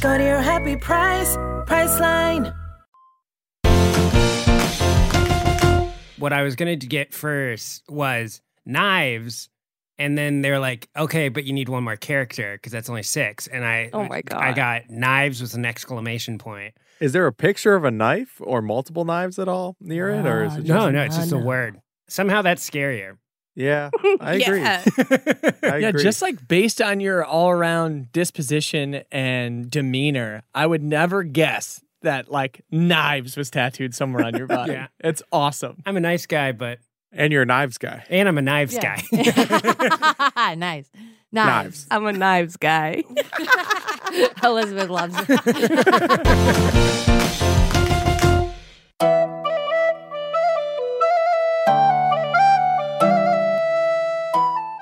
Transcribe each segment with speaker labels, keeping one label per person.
Speaker 1: Go to your happy price, Priceline.
Speaker 2: what I was going to get first was knives. And then they're like, okay, but you need one more character because that's only six. And I,
Speaker 3: Oh my God.
Speaker 2: I got knives with an exclamation point.
Speaker 4: Is there a picture of a knife or multiple knives at all near it, or is
Speaker 3: Oh,
Speaker 4: it just
Speaker 2: No,
Speaker 3: Just
Speaker 2: no, it's just a
Speaker 3: one.
Speaker 2: word. Somehow that's scarier.
Speaker 4: yeah? I agree.
Speaker 3: Yeah.
Speaker 4: I
Speaker 5: yeah,
Speaker 4: agree.
Speaker 5: just like based on your all around disposition and demeanor, I would never guess that like knives was tattooed somewhere on your body.
Speaker 2: Yeah.
Speaker 5: It's awesome.
Speaker 2: I'm a nice guy, but
Speaker 4: and you're a knives guy.
Speaker 2: and I'm a knives guy.
Speaker 3: nice.
Speaker 4: Knives.
Speaker 3: I'm a knives guy.
Speaker 6: Elizabeth loves it.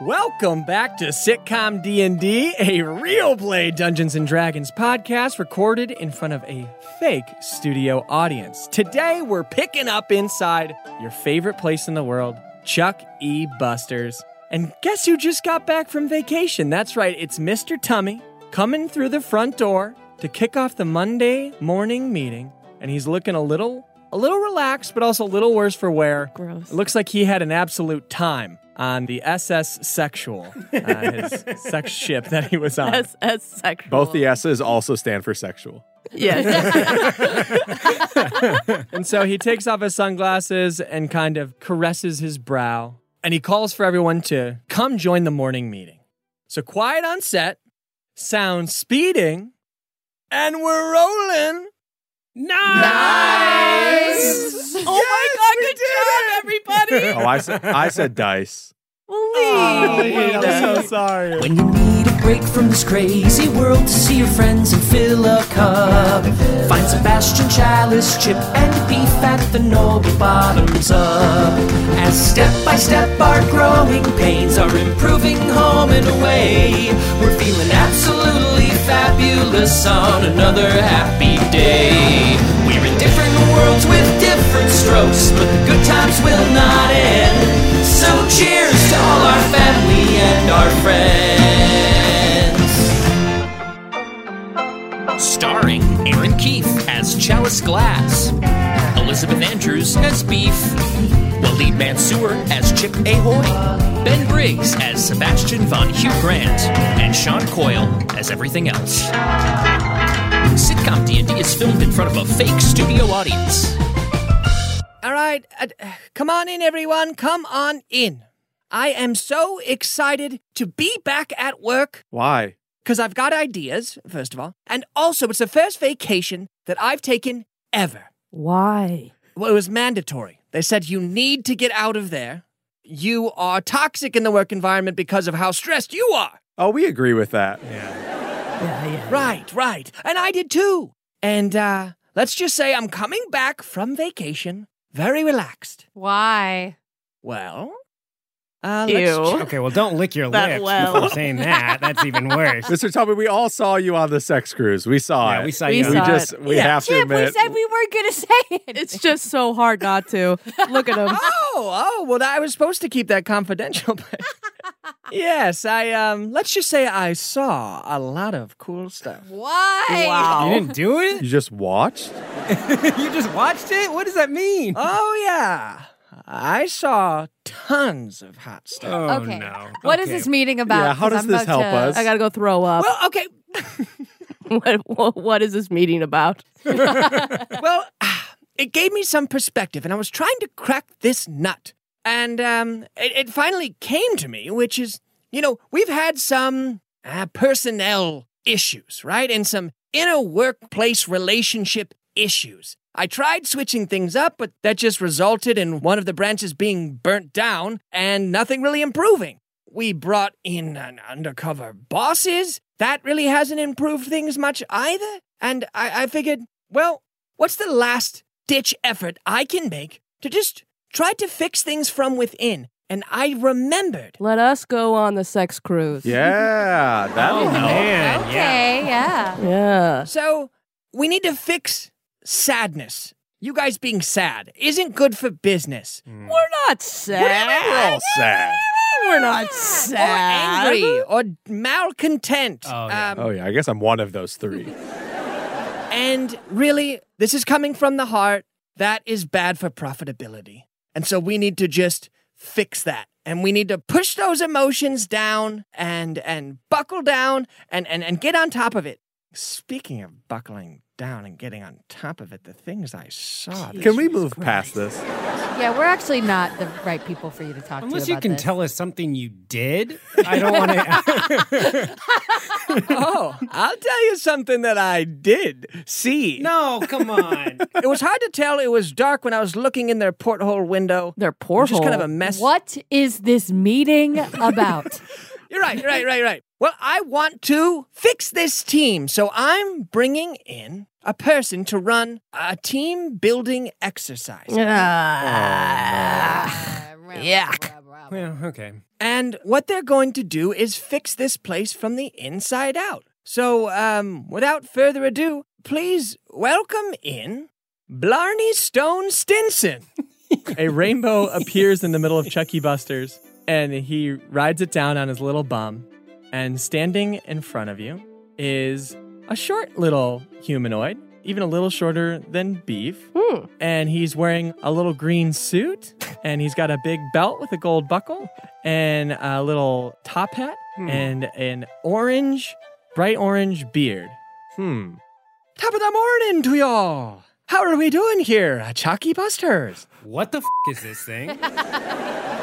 Speaker 5: Welcome back to Sitcom D&D, a real play Dungeons and Dragons podcast recorded in front of a fake studio audience. Today we're picking up inside your favorite place in the world, Chuck E. Buster's. And guess who just got back from vacation? That's right, it's Mr. Tummy coming through the front door to kick off the Monday morning meeting, and he's looking a little a little relaxed but also a little worse for wear.
Speaker 3: Gross.
Speaker 5: It looks like he had an absolute time on the SS Sexual, uh, his sex ship that he was on.
Speaker 3: SS sexual.
Speaker 4: Both the S's also stand for sexual.
Speaker 3: Yes.
Speaker 5: And so he takes off his sunglasses and kind of caresses his brow. And he calls for everyone to come join the morning meeting. So quiet on set, sound speeding, and we're rolling.
Speaker 2: knives.
Speaker 3: oh my God. Good job, everybody.
Speaker 4: Oh, I said I said dice.
Speaker 5: Oh, I'm so sorry.
Speaker 1: When you need a break from this crazy world to see your friends and fill a cup, find Sebastian Chalice, Chip, and Beef at the Noble Bottoms Up. As step by step our growing pains are improving home and away, we're feeling absolutely fabulous on another happy day. We're in different worlds with different strokes, but the good times will not end. So cheers to all our family and our friends. Starring Aaron Keefe as Chalice Glass, Elizabeth Andrews as Beef, Waleed Mansour as Chip Ahoy, Ben Briggs as Sebastian von Hugh Grant, and Sean Coyle as everything else. Sitcom D&D is filmed in front of a fake studio audience.
Speaker 5: All right, uh, uh, come on in, everyone. Come on in. I am so excited to be back at work
Speaker 4: Why?
Speaker 5: because I've got ideas, first of all. And also, it's the first vacation that I've taken ever.
Speaker 3: Why?
Speaker 5: Well, it was mandatory. They said you need to get out of there. You are toxic in the work environment because of how stressed you are.
Speaker 4: Oh, we agree with that.
Speaker 5: Right, right. And I did too. And uh, let's just say I'm coming back from vacation very relaxed.
Speaker 6: Why?
Speaker 5: Well, uh,
Speaker 3: Ew.
Speaker 5: let's check.
Speaker 2: okay, well, don't lick your
Speaker 3: That
Speaker 2: lips
Speaker 3: well.
Speaker 2: before saying that. That's even worse.
Speaker 4: Mr. Tommy, we all saw you on the sex cruise. We saw
Speaker 2: Yeah,
Speaker 4: it.
Speaker 2: we saw
Speaker 3: We
Speaker 2: you.
Speaker 4: We
Speaker 3: saw
Speaker 4: just we have to
Speaker 6: Chip, we
Speaker 4: admit
Speaker 6: said we weren't going to say it.
Speaker 3: It's just so hard not to. Look at him.
Speaker 5: Oh, oh, well, I was supposed to keep that confidential. But yes, I, um, let's just say I saw a lot of cool stuff.
Speaker 6: Why?
Speaker 2: you
Speaker 3: Wow.
Speaker 2: didn't do it?
Speaker 4: you just watched.
Speaker 2: you just watched it? What does that mean?
Speaker 5: Oh, yeah. I saw tons of hot stuff.
Speaker 2: Oh,
Speaker 6: Okay.
Speaker 2: no.
Speaker 6: What is
Speaker 2: Okay.
Speaker 6: this meeting about?
Speaker 4: Yeah, how
Speaker 6: 'Cause
Speaker 4: does this
Speaker 6: about
Speaker 4: help us?
Speaker 3: I gotta go throw up.
Speaker 5: Well, okay.
Speaker 3: What, what, what is this meeting about?
Speaker 5: well, it gave me some perspective, and I was trying to crack this nut. And um, it, it finally came to me, which is, you know, we've had some uh, personnel issues, right? And some inner workplace relationship issues. I tried switching things up, but that just resulted in one of the branches being burnt down and nothing really improving. we brought in an undercover bosses. That really hasn't improved things much either. And I, I figured, well, what's the last ditch effort I can make to just try to fix things from within? And I remembered.
Speaker 7: Let us go on the sex cruise.
Speaker 4: Yeah,
Speaker 5: Oh,
Speaker 4: that'll help.
Speaker 2: man, yeah.
Speaker 3: Okay, yeah.
Speaker 7: Yeah.
Speaker 5: So we need to fix sadness. You guys being sad isn't good for business.
Speaker 3: Mm.
Speaker 7: We're not
Speaker 4: We're
Speaker 7: sad.
Speaker 4: all sad.
Speaker 7: We're not
Speaker 5: Or
Speaker 7: sad.
Speaker 5: angry or malcontent.
Speaker 2: Oh, yeah.
Speaker 5: Um,
Speaker 4: Oh yeah, I guess I'm one of those three.
Speaker 5: And really, this is coming from the heart. That is bad for profitability. And so we need to just fix that. And we need to push those emotions down and and buckle down and, and, and get on top of it. Speaking of buckling down and getting on top of it, the things I saw. this
Speaker 4: Can we
Speaker 5: week-
Speaker 4: move past this?
Speaker 3: Yeah, we're actually not the right people for you to talk
Speaker 2: Unless
Speaker 3: to.
Speaker 2: you
Speaker 3: about
Speaker 2: can
Speaker 3: this.
Speaker 2: tell us something you did, I don't want to.
Speaker 5: oh, I'll tell you something that I did see.
Speaker 2: no, come on.
Speaker 5: It was hard to tell. It was dark when I was looking in their porthole window.
Speaker 7: They're
Speaker 5: It
Speaker 7: poor.
Speaker 5: was just kind of a mess.
Speaker 3: What is this meeting about?
Speaker 5: You're right, you're right, you're right, you're right. Well, I want to fix this team, so I'm bringing in a person to run a team building exercise.
Speaker 7: Yeah.
Speaker 2: Well, okay.
Speaker 5: And what they're going to do is fix this place from the inside out. So, um, without further ado, please welcome in Blarney Stone Stinson.
Speaker 8: A rainbow appears in the middle of Chucky Buster's, and he rides it down on his little bum. And standing in front of you is a short little humanoid, even a little shorter than Beef. And he's wearing a little green suit, and he's got a big belt with a gold buckle, and a little top hat, and an orange, bright orange beard.
Speaker 4: Hmm.
Speaker 5: Top of the morning to y'all. How are we doing here, at Chucky Busters?
Speaker 2: What the f- is this thing?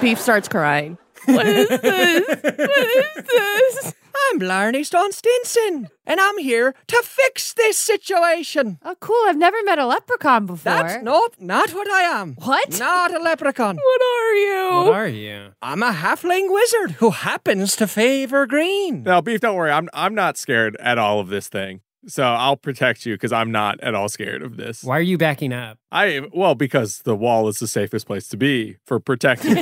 Speaker 7: Beef starts crying. What is this? What is this?
Speaker 5: I'm Blarney Stone Stinson, and I'm here to fix this situation.
Speaker 3: Oh, cool. I've never met a leprechaun before.
Speaker 5: That's nope, not what I am.
Speaker 3: What?
Speaker 5: Not a leprechaun.
Speaker 7: What are you?
Speaker 2: what are you?
Speaker 5: I'm a halfling wizard who happens to favor green.
Speaker 4: Now, beef, don't worry. I'm I'm not scared at all of this thing. So I'll protect you because I'm not at all scared of this.
Speaker 2: Why are you backing up?
Speaker 4: I well because the wall is the safest place to be for protection.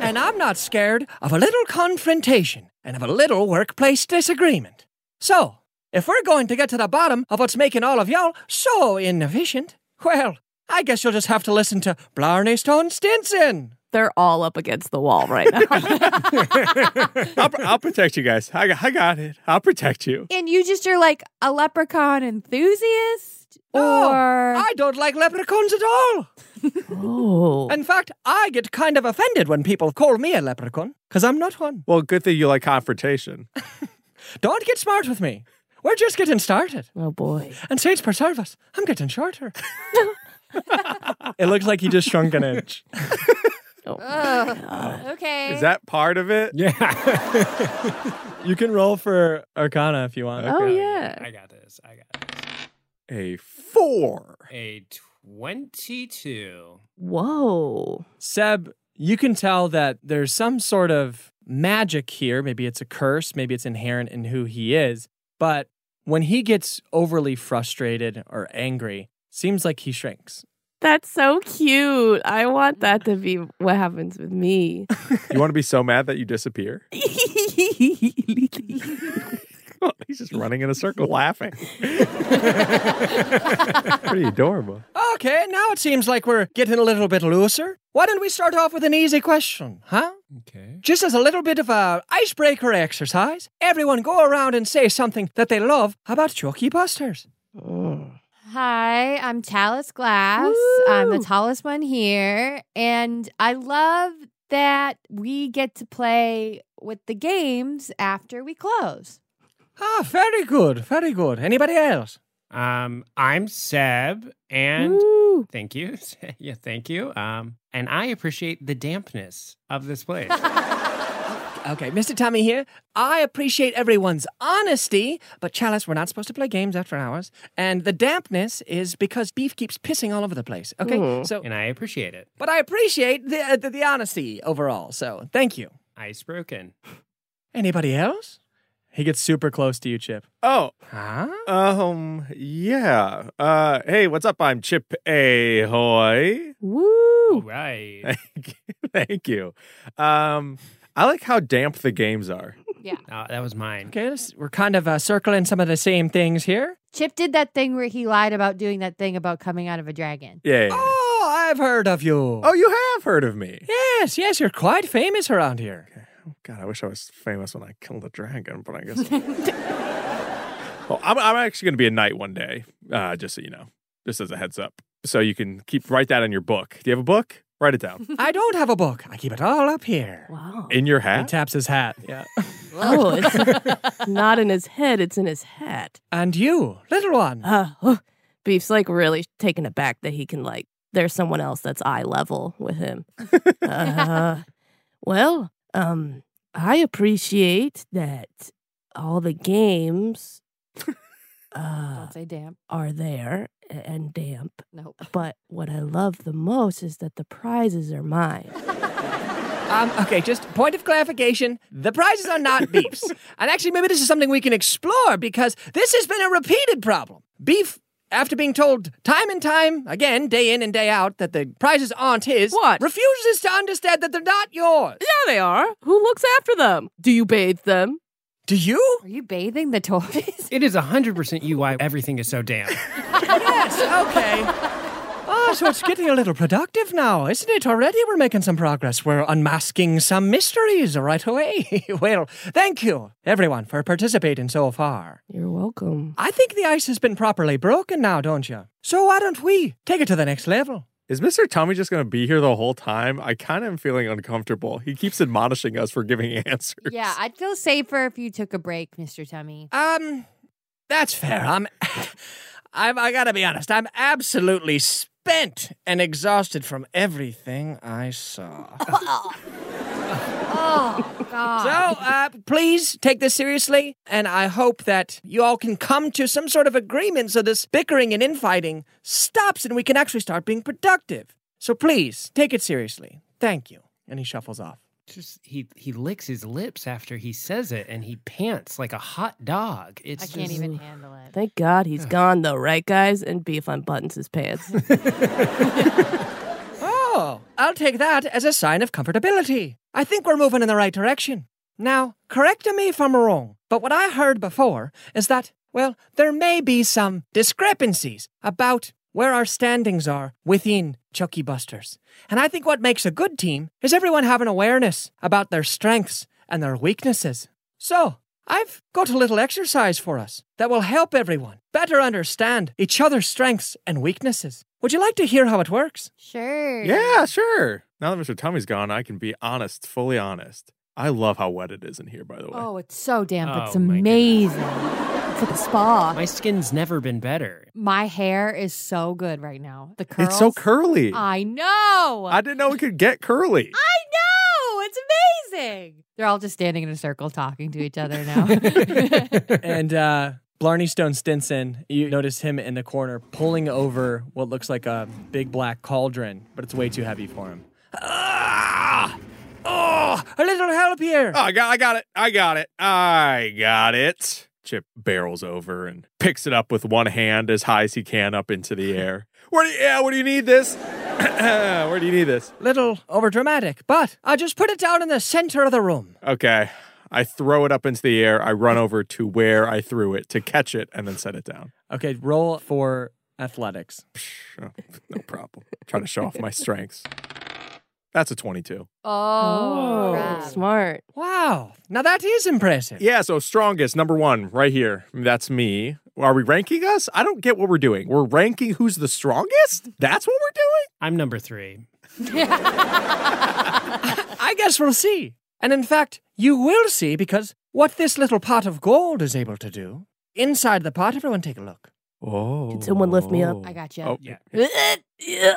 Speaker 5: And I'm not scared of a little confrontation and of a little workplace disagreement. So, if we're going to get to the bottom of what's making all of y'all so inefficient, well, I guess you'll just have to listen to Blarney Stone Stinson.
Speaker 7: They're all up against the wall right now.
Speaker 4: I'll, I'll protect you guys. I, got- I got it. I'll protect you.
Speaker 3: And you just are like a leprechaun enthusiast? or
Speaker 5: Oh, I don't like leprechauns at all.
Speaker 7: oh.
Speaker 5: In fact, I get kind of offended when people call me a leprechaun, because I'm not one.
Speaker 4: Well, good thing you like confrontation.
Speaker 5: Don't get smart with me. We're just getting started.
Speaker 7: Oh boy.
Speaker 5: And states per service, I'm getting shorter.
Speaker 8: It looks like he just shrunk an inch.
Speaker 3: okay.
Speaker 4: Is that part of it?
Speaker 2: Yeah.
Speaker 8: You can roll for Arcana if you want.
Speaker 3: Uh-huh.
Speaker 7: Oh yeah.
Speaker 2: I got this. I got this.
Speaker 4: A four.
Speaker 2: A 22.
Speaker 7: Whoa.
Speaker 8: Seb, you can tell that there's some sort of magic here. Maybe it's a curse, maybe it's inherent in who he is. But when he gets overly frustrated or angry, seems like he shrinks.
Speaker 7: That's so cute. I want that to be what happens with me.
Speaker 4: You want to be so mad that you disappear? He's just running in a circle laughing. Pretty adorable.
Speaker 5: okay, now it seems like we're getting a little bit looser. Why don't we start off with an easy question, huh?
Speaker 2: Okay.
Speaker 5: Just as a little bit of a icebreaker exercise, everyone go around and say something that they love about Chucky Busters.
Speaker 3: Hi, I'm Chalice Glass. I'm the tallest one here. And I love that we get to play with the games after we close.
Speaker 5: Ah, very good, very good. Anybody else?
Speaker 2: Um, I'm Seb, and
Speaker 7: Ooh.
Speaker 2: thank you. yeah, thank you. Um, and I appreciate the dampness of this place.
Speaker 5: Okay, Mr. Tommy here. I appreciate everyone's honesty, but Chalice, we're not supposed to play games after hours. And the dampness is because beef keeps pissing all over the place. Okay, so
Speaker 2: and I appreciate it.
Speaker 5: but I appreciate the, uh, the the honesty overall. So thank you.
Speaker 2: Ice broken.
Speaker 5: Anybody else? He gets super close to you, Chip.
Speaker 4: Oh,
Speaker 5: Huh?
Speaker 4: um, yeah. Uh, hey, what's up? I'm Chip Ahoy.
Speaker 2: All right.
Speaker 4: Thank you. Um, I like how damp the games are.
Speaker 9: Yeah.
Speaker 2: Oh, that was mine.
Speaker 5: Okay, this- we're kind of uh, circling some of the same things here.
Speaker 9: Chip did that thing where he lied about doing that thing about coming out of a dragon.
Speaker 4: Yeah. Oh,
Speaker 5: Oh, I've heard of you.
Speaker 4: you have heard of me.
Speaker 5: Oh, yes, yes, you're quite famous around here.
Speaker 4: God, I wish I was famous when I killed a dragon, but I guess. well, I'm, I'm actually going to be a knight one day, uh, just so you know, just as a heads up. So you can keep write that in your book. Do you have a book? Write it down
Speaker 5: I don't have a book. I keep it all up here.
Speaker 3: Wow.
Speaker 4: in your
Speaker 5: He
Speaker 4: hat.
Speaker 5: taps his hat. Yeah.
Speaker 3: Oh, it's not in his head, it's in his hat.
Speaker 5: and you, little one.
Speaker 3: Uh, oh. Beef's like really taken aback that he can, like, there's someone else that's eye level with him. uh, well, um, I appreciate that all the games uh,
Speaker 9: Don't say damn.
Speaker 3: are there a- and damp
Speaker 9: Nope.
Speaker 3: But what I love the most is that the prizes are mine.
Speaker 5: Um, okay, just point of clarification. The prizes are not beefs. and actually, maybe this is something we can explore because this has been a repeated problem. Beef, after being told time and time again, day in and day out, that the prizes aren't his,
Speaker 3: What?
Speaker 5: refuses to understand that they're not yours.
Speaker 3: Yeah, they are. Who looks after them? Do you bathe them?
Speaker 5: Do you?
Speaker 9: Are you bathing the toys?
Speaker 2: It is 100% you why everything is so damp.
Speaker 5: Yes, okay. Ah, so it's getting a little productive now, isn't it? Already we're making some progress. We're unmasking some mysteries right away. well, thank you, everyone, for participating so far.
Speaker 3: You're welcome.
Speaker 5: I think the ice has been properly broken now, don't you? So why don't we take it to the next level?
Speaker 4: Is Mr. Tommy just going to be here the whole time? I kind of am feeling uncomfortable. He keeps admonishing us for giving answers.
Speaker 9: yeah, I'd feel safer if you took a break, Mr. Tummy.
Speaker 5: Um, that's fair. I'm, I'm I gotta be honest. I'm absolutely spent and exhausted from everything I saw.
Speaker 9: Oh,
Speaker 5: So,
Speaker 9: God.
Speaker 5: uh, please take this seriously, and I hope that you all can come to some sort of agreement so this bickering and infighting stops and we can actually start being productive. So please take it seriously. Thank you. And he shuffles off.
Speaker 2: Just he he licks his lips after he says it and he pants like a hot dog. It's
Speaker 9: I can't
Speaker 2: just-
Speaker 9: even handle it.
Speaker 3: Thank God he's gone, though, right, guys? And Beef unbuttons his pants.
Speaker 5: Oh, I'll take that as a sign of comfortability. I think we're moving in the right direction. Now, correct me if I'm wrong, but what I heard before is that, well, there may be some discrepancies about where our standings are within Chucky Busters. And I think what makes a good team is everyone having awareness about their strengths and their weaknesses. So, I've got a little exercise for us that will help everyone better understand each other's strengths and weaknesses. Would you like to hear how it works?
Speaker 9: Sure.
Speaker 4: Yeah, sure. Now that Mr. Tommy's gone, I can be honest, fully honest. I love how wet it is in here, by the way.
Speaker 9: Oh, it's so damp. it's
Speaker 2: Oh, my
Speaker 9: amazing. It's like a spa.
Speaker 2: My skin's never been better.
Speaker 9: My hair is so good right now. The curls. Ah,
Speaker 4: it's so curly.
Speaker 9: I know.
Speaker 4: I didn't know it could get curly.
Speaker 9: I know. It's amazing. They're all just standing in a circle talking to each other now.
Speaker 5: and uh, Blarney Stone Stinson, you notice him in the corner pulling over what looks like a big black cauldron, but it's way too heavy for him.
Speaker 4: Ah!
Speaker 5: Oh, a little help here.
Speaker 4: Oh, I got, I got it. I got it. I got it. Chip barrels over and picks it up with one hand as high as he can up into the air. Where do you, yeah, where do you need this? where do you need this?
Speaker 5: Little over dramatic, but I'll just put it down in the center of the room.
Speaker 4: Okay. I throw it up into the air. I run over to where I threw it to catch it and then set it down.
Speaker 5: Okay, roll for athletics.
Speaker 4: Psh, oh, no problem. Trying to show off my strengths. That's a 22.
Speaker 9: oh, crap.
Speaker 3: smart.
Speaker 5: Wow, now that is impressive.
Speaker 4: Yeah, so strongest, number one, right here. That's me. Are we ranking us? I don't get what we're doing. We're ranking who's the strongest? That's what we're doing?
Speaker 2: I'm number three.
Speaker 5: I guess we'll see. And in fact, you will see because what this little pot of gold is able to do. Inside the pot, everyone take a look.
Speaker 4: Oh.
Speaker 3: Did someone lift me up?
Speaker 9: I got you.
Speaker 4: Oh,
Speaker 2: Yeah.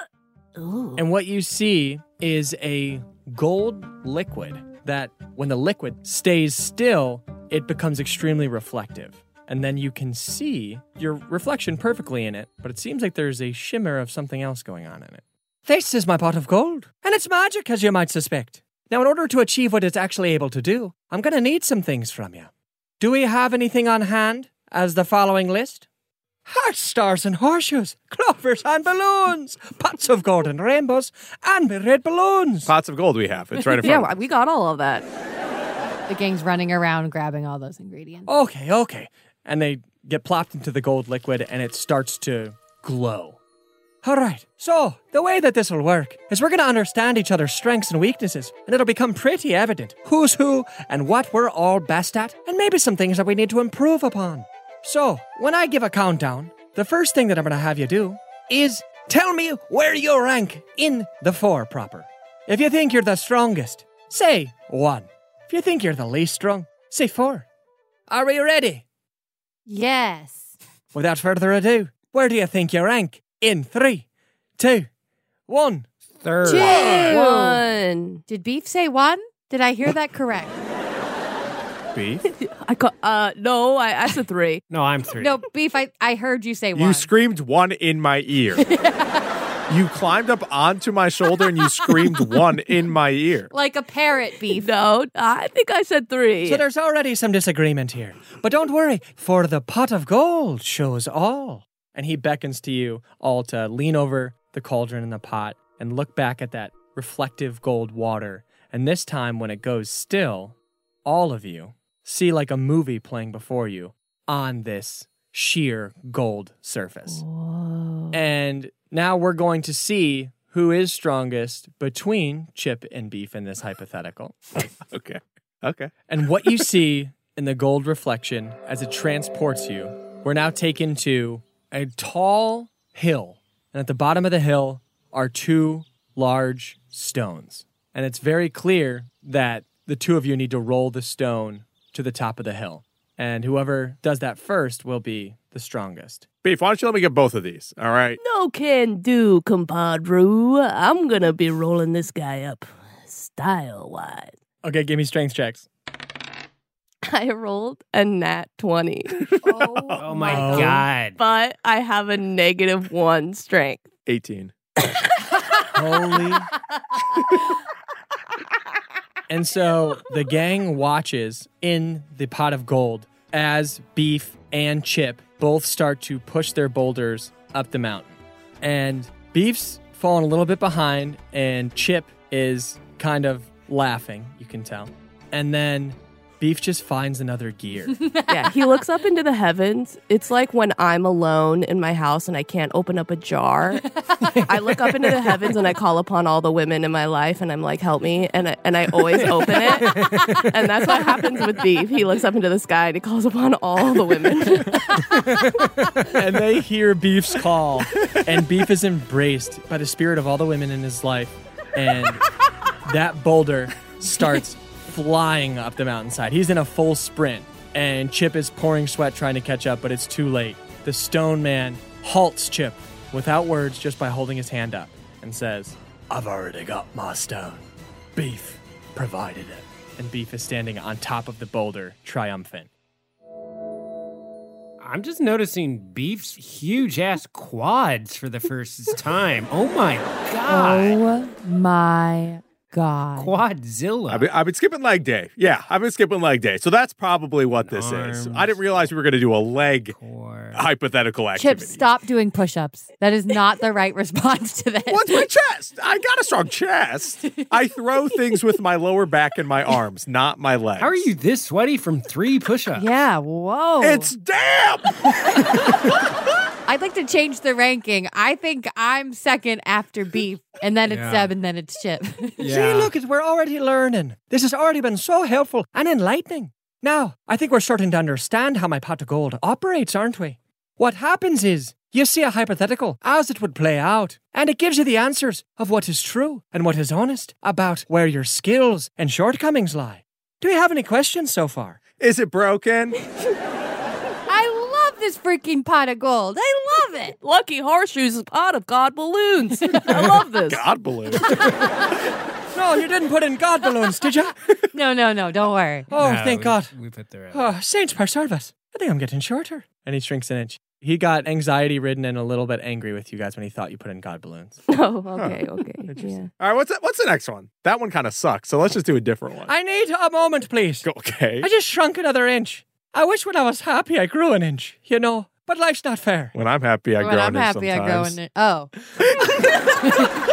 Speaker 3: Ooh.
Speaker 5: And what you see is a gold liquid that, when the liquid stays still, it becomes extremely reflective. And then you can see your reflection perfectly in it, but it seems like there's a shimmer of something else going on in it. This is my pot of gold, and it's magic, as you might suspect. Now, in order to achieve what it's actually able to do, I'm going to need some things from you. Do we have anything on hand as the following list? Heart stars and horseshoes, clovers and balloons, pots of gold and rainbows, and red balloons.
Speaker 4: Pots of gold we have. It's right in front.
Speaker 3: Yeah, we got all of that.
Speaker 9: The gang's running around grabbing all those
Speaker 4: Oh.
Speaker 9: ingredients.
Speaker 5: Okay, okay. And they get plopped into the gold liquid and it starts to glow. All right. So, the way that this will work is we're going to understand each other's strengths and weaknesses, and it'll become pretty evident who's who and what we're all best at, and maybe some things that we need to improve upon. So, when I give a countdown, the first thing that I'm going to have you do is tell me where you rank in the four proper. If you think you're the strongest, say one. If you think you're the least strong, say four. Are we ready?
Speaker 9: Yes.
Speaker 5: Without further ado, where do you think you rank? In three, two, one.
Speaker 2: Third.
Speaker 3: One.
Speaker 9: Did Beef say one? Did I hear that correct?
Speaker 4: Beef.
Speaker 3: I got. Uh, no, I, I said three.
Speaker 2: No, I'm three.
Speaker 9: No, Beef, I, I heard you say one.
Speaker 4: You screamed one in my ear. You climbed up onto my shoulder and you screamed one in my ear.
Speaker 9: like a parrot, Beef.
Speaker 3: no, I think I said three.
Speaker 5: So there's already some disagreement here. But don't worry, for the pot of gold shows all. And he beckons to you all to lean over the cauldron and the pot and look back at that reflective gold water. And this time, when it goes still, all of you see like a movie playing before you on this sheer gold surface. And now we're going to see who is strongest between Chip and Beef in this hypothetical
Speaker 4: Okay. Okay.
Speaker 5: and what you see in the gold reflection as it transports you, we're now taken to a tall hill. And at the bottom of the hill are two large stones. And it's very clear that the two of you need to roll the stone to the top of the hill. And whoever does that first will be the strongest.
Speaker 4: Beef, why don't you let me get both of these? All right.
Speaker 3: No can do, compadre. I'm gonna be rolling this guy up style wise.
Speaker 5: Okay, give me strength checks.
Speaker 3: I rolled a nat 20,
Speaker 9: Oh,
Speaker 2: Oh my god.
Speaker 3: but I have a negative one strength.
Speaker 4: 18.
Speaker 5: Holy. and so the gang watches in the pot of gold as Beef and Chip both start to push their boulders up the mountain. And Beef's falling a little bit behind, and Chip is kind of laughing, you can tell. And then Beef just finds another gear.
Speaker 3: yeah, he looks up into the heavens. It's like when I'm alone in my house and I can't open up a jar. I look up into the heavens and I call upon all the women in my life and I'm like, help me. And I, and I always open it. And that's what happens with Beef. He looks up into the sky and he calls upon all the women.
Speaker 5: and they hear Beef's call, and Beef is embraced by the spirit of all the women in his life, and that boulder starts flying up the mountainside. He's in a full sprint, and Chip is pouring sweat trying to catch up, but it's too late. The Stone Man halts Chip without words, just by holding his hand up, and says, "I've already got my stone. Beef provided it." And Beef is standing on top of the boulder, triumphant.
Speaker 2: I'm just noticing Beef's huge ass quads for the first time. Oh my god.
Speaker 9: Oh my God.
Speaker 2: Quadzilla.
Speaker 4: I've been, I've been skipping leg day. Yeah, I've been skipping leg day. So that's probably what this is. I didn't realize we were going to do a leg hypothetical
Speaker 9: Chip,
Speaker 4: activity.
Speaker 9: stop doing push ups. That is not the right response to this.
Speaker 4: What's my chest? I got a strong chest. I throw things with my lower back and my arms, not my legs.
Speaker 2: How are you this sweaty from three push-ups?
Speaker 9: Yeah, whoa.
Speaker 4: It's damn.
Speaker 9: I'd like to change the ranking. I think I'm second after Beef, and then it's
Speaker 2: Yeah.
Speaker 9: Seb, and then it's Chip.
Speaker 5: See, look, it's- we're already learning. This has already been so helpful and enlightening. Now, I think we're starting to understand how my pot of gold operates, aren't we? What happens is you see a hypothetical as it would play out, and it gives you the answers of what is true and what is honest about where your skills and shortcomings lie. Do you have any questions so far?
Speaker 4: Is it broken?
Speaker 9: I love this freaking pot of gold. I love it.
Speaker 3: Lucky horseshoes, pot of God balloons. I love this.
Speaker 4: God balloon.
Speaker 5: No, you didn't put in God balloons, did you?
Speaker 9: No, no, no. Don't worry.
Speaker 5: Oh,
Speaker 2: No,
Speaker 5: thank
Speaker 2: we-
Speaker 5: God.
Speaker 2: We put the
Speaker 5: Oh, saints per service. I think I'm getting shorter. And he shrinks an inch. He got anxiety ridden and a little bit angry with you guys when he thought you put in God balloons.
Speaker 3: Oh, okay, okay. Yeah.
Speaker 4: Interesting. All right, what's that, what's the next one? That one kind of sucks. So let's just do a different one.
Speaker 5: I need a moment, please.
Speaker 4: Go- okay.
Speaker 5: I just shrunk another inch. I wish when I was happy I grew an inch, you know. But life's not fair.
Speaker 4: when I'm happy, I
Speaker 9: when
Speaker 4: grow
Speaker 9: I'm
Speaker 4: an inch
Speaker 9: happy, I go
Speaker 4: sometimes.
Speaker 9: in. it- Oh,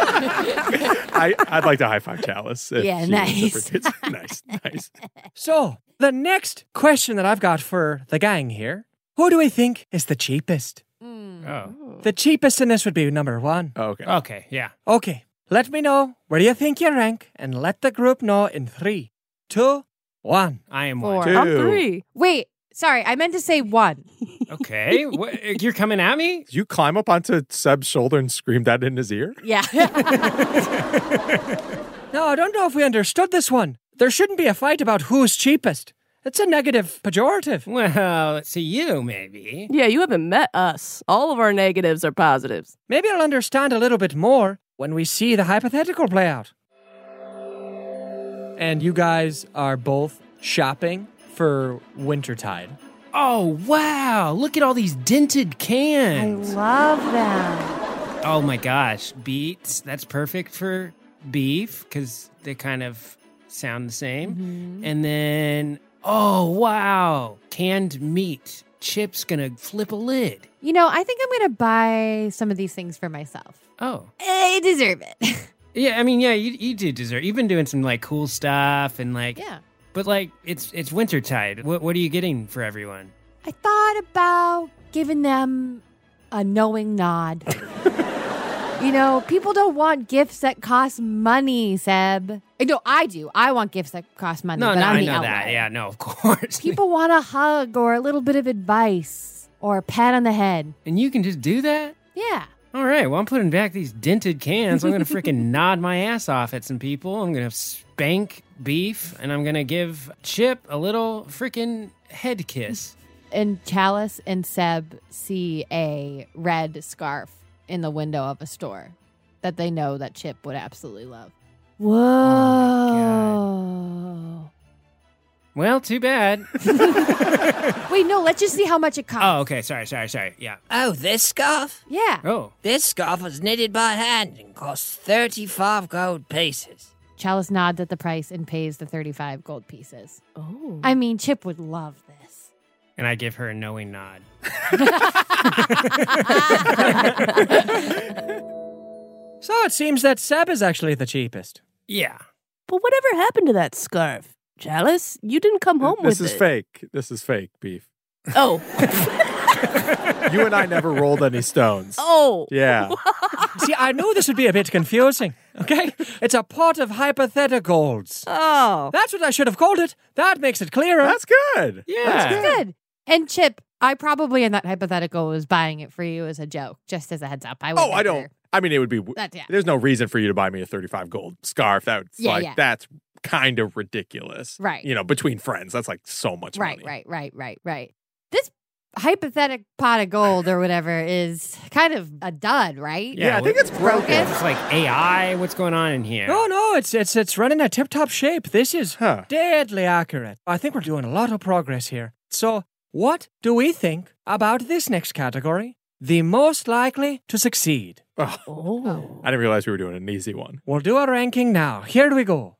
Speaker 4: I, I'd like to high five Chalice. if
Speaker 9: Yeah,
Speaker 4: she was
Speaker 9: nice.
Speaker 4: different. It's nice, nice.
Speaker 5: So, the next question that I've got for the gang here Who do we think is the cheapest?
Speaker 2: Oh,
Speaker 5: The cheapest in this would be number one.
Speaker 4: Oh, okay.
Speaker 2: okay, yeah.
Speaker 5: Okay, let me know where you think you rank and let the group know in three, two, one.
Speaker 2: I am
Speaker 9: Four.
Speaker 2: one.
Speaker 4: Two.
Speaker 3: I'm three.
Speaker 9: wait. Sorry, I meant to say one.
Speaker 2: Okay, what, you're coming at me?
Speaker 4: Did you climb up onto Seb's shoulder and scream that in his ear?
Speaker 9: Yeah.
Speaker 5: No, I don't know if we understood this one. There shouldn't be a fight about who's cheapest. It's a negative pejorative.
Speaker 2: Well, to you maybe.
Speaker 3: Yeah, you haven't met us. All of our negatives are positives.
Speaker 5: Maybe I'll understand a little bit more when we see the hypothetical play out. And you guys are both shopping for Wintertide.
Speaker 2: Oh wow! Look at all these dented
Speaker 9: I
Speaker 2: cans.
Speaker 9: love them.
Speaker 2: oh my gosh, beets. That's perfect for beef because they kind of sound the same.
Speaker 9: Mm-hmm.
Speaker 2: And then oh wow, canned meat. Chip's gonna flip a lid.
Speaker 9: You know, I think I'm going to buy some of these things for myself.
Speaker 2: Oh
Speaker 9: I deserve it.
Speaker 2: yeah, I mean yeah, you you do deserve. You've been doing some like cool stuff and like
Speaker 9: yeah.
Speaker 2: But like, it's it's wintertide. What what are you getting for everyone?
Speaker 9: I thought about giving them a knowing nod. you know, people don't want gifts that cost money, Seb. Uh, No, I do. I want gifts that cost money,
Speaker 2: No,
Speaker 9: but I'm
Speaker 2: no, I
Speaker 9: Uh, the
Speaker 2: know
Speaker 9: outlier.
Speaker 2: that. Yeah, no, of course.
Speaker 9: People want a hug or a little bit of advice or a pat on the head.
Speaker 2: and you can just do that.
Speaker 9: Yeah.
Speaker 2: All right. Well, I'm putting back these dented cans. I'm gonna freaking nod my ass off at some people. I'm gonna spank beef, and I'm gonna give Chip a little freaking head kiss.
Speaker 9: And Chalice and Seb see a red scarf in the window of a store that they know that Chip would absolutely love. Whoa.
Speaker 2: Well, too bad.
Speaker 9: Wait, no, let's just see how much it costs.
Speaker 2: Oh, okay. Sorry, sorry, sorry. Yeah.
Speaker 10: Oh, this scarf?
Speaker 9: Yeah.
Speaker 2: Oh,
Speaker 10: This scarf was knitted by hand and cost 35 gold pieces.
Speaker 9: Chalice nods at the price and pays the 35 gold pieces.
Speaker 3: Oh.
Speaker 9: I mean, Chip would love this.
Speaker 2: and I give her a knowing nod.
Speaker 5: So it seems that Seb is actually the cheapest.
Speaker 2: Yeah.
Speaker 3: But whatever happened to that scarf? Chalice, you didn't come home
Speaker 4: this
Speaker 3: with
Speaker 4: is
Speaker 3: it.
Speaker 4: fake. This is fake beef.
Speaker 3: Oh.
Speaker 4: You and I never rolled any stones.
Speaker 3: Oh.
Speaker 4: Yeah.
Speaker 5: See, I knew this would be a bit confusing, okay? It's a pot of hypotheticals.
Speaker 3: Oh.
Speaker 5: That's what I should have called it. That makes it clearer.
Speaker 4: That's good.
Speaker 2: Yeah.
Speaker 9: Good. And Chip, I probably in that hypothetical was buying it for you as a joke, just as a heads up. I would
Speaker 4: Oh,
Speaker 9: never-
Speaker 4: I don't. I mean, it would be.
Speaker 9: That- yeah.
Speaker 4: There's no reason for you to buy me a 35 gold scarf. That's
Speaker 9: Yeah,
Speaker 4: like
Speaker 9: yeah.
Speaker 4: that's kind of ridiculous.
Speaker 9: Right.
Speaker 4: You know, between friends, that's like so much
Speaker 9: Right,
Speaker 4: money.
Speaker 9: right, right, right, right. This hypothetical pot of gold or whatever is kind of a dud, right?
Speaker 4: Yeah, I
Speaker 2: wh-
Speaker 4: think it's broken.
Speaker 2: It's like AI. What's going on in
Speaker 3: Oh,
Speaker 2: here?
Speaker 5: No, no, it's it's it's running a tip-top shape. This is
Speaker 4: Huh.
Speaker 5: deadly accurate. I think we're doing a lot of progress here. So, what do we think about this next category? The most likely to succeed.
Speaker 3: Oh.
Speaker 4: I didn't realize we were doing an easy one.
Speaker 5: We'll do a ranking now. Here we go.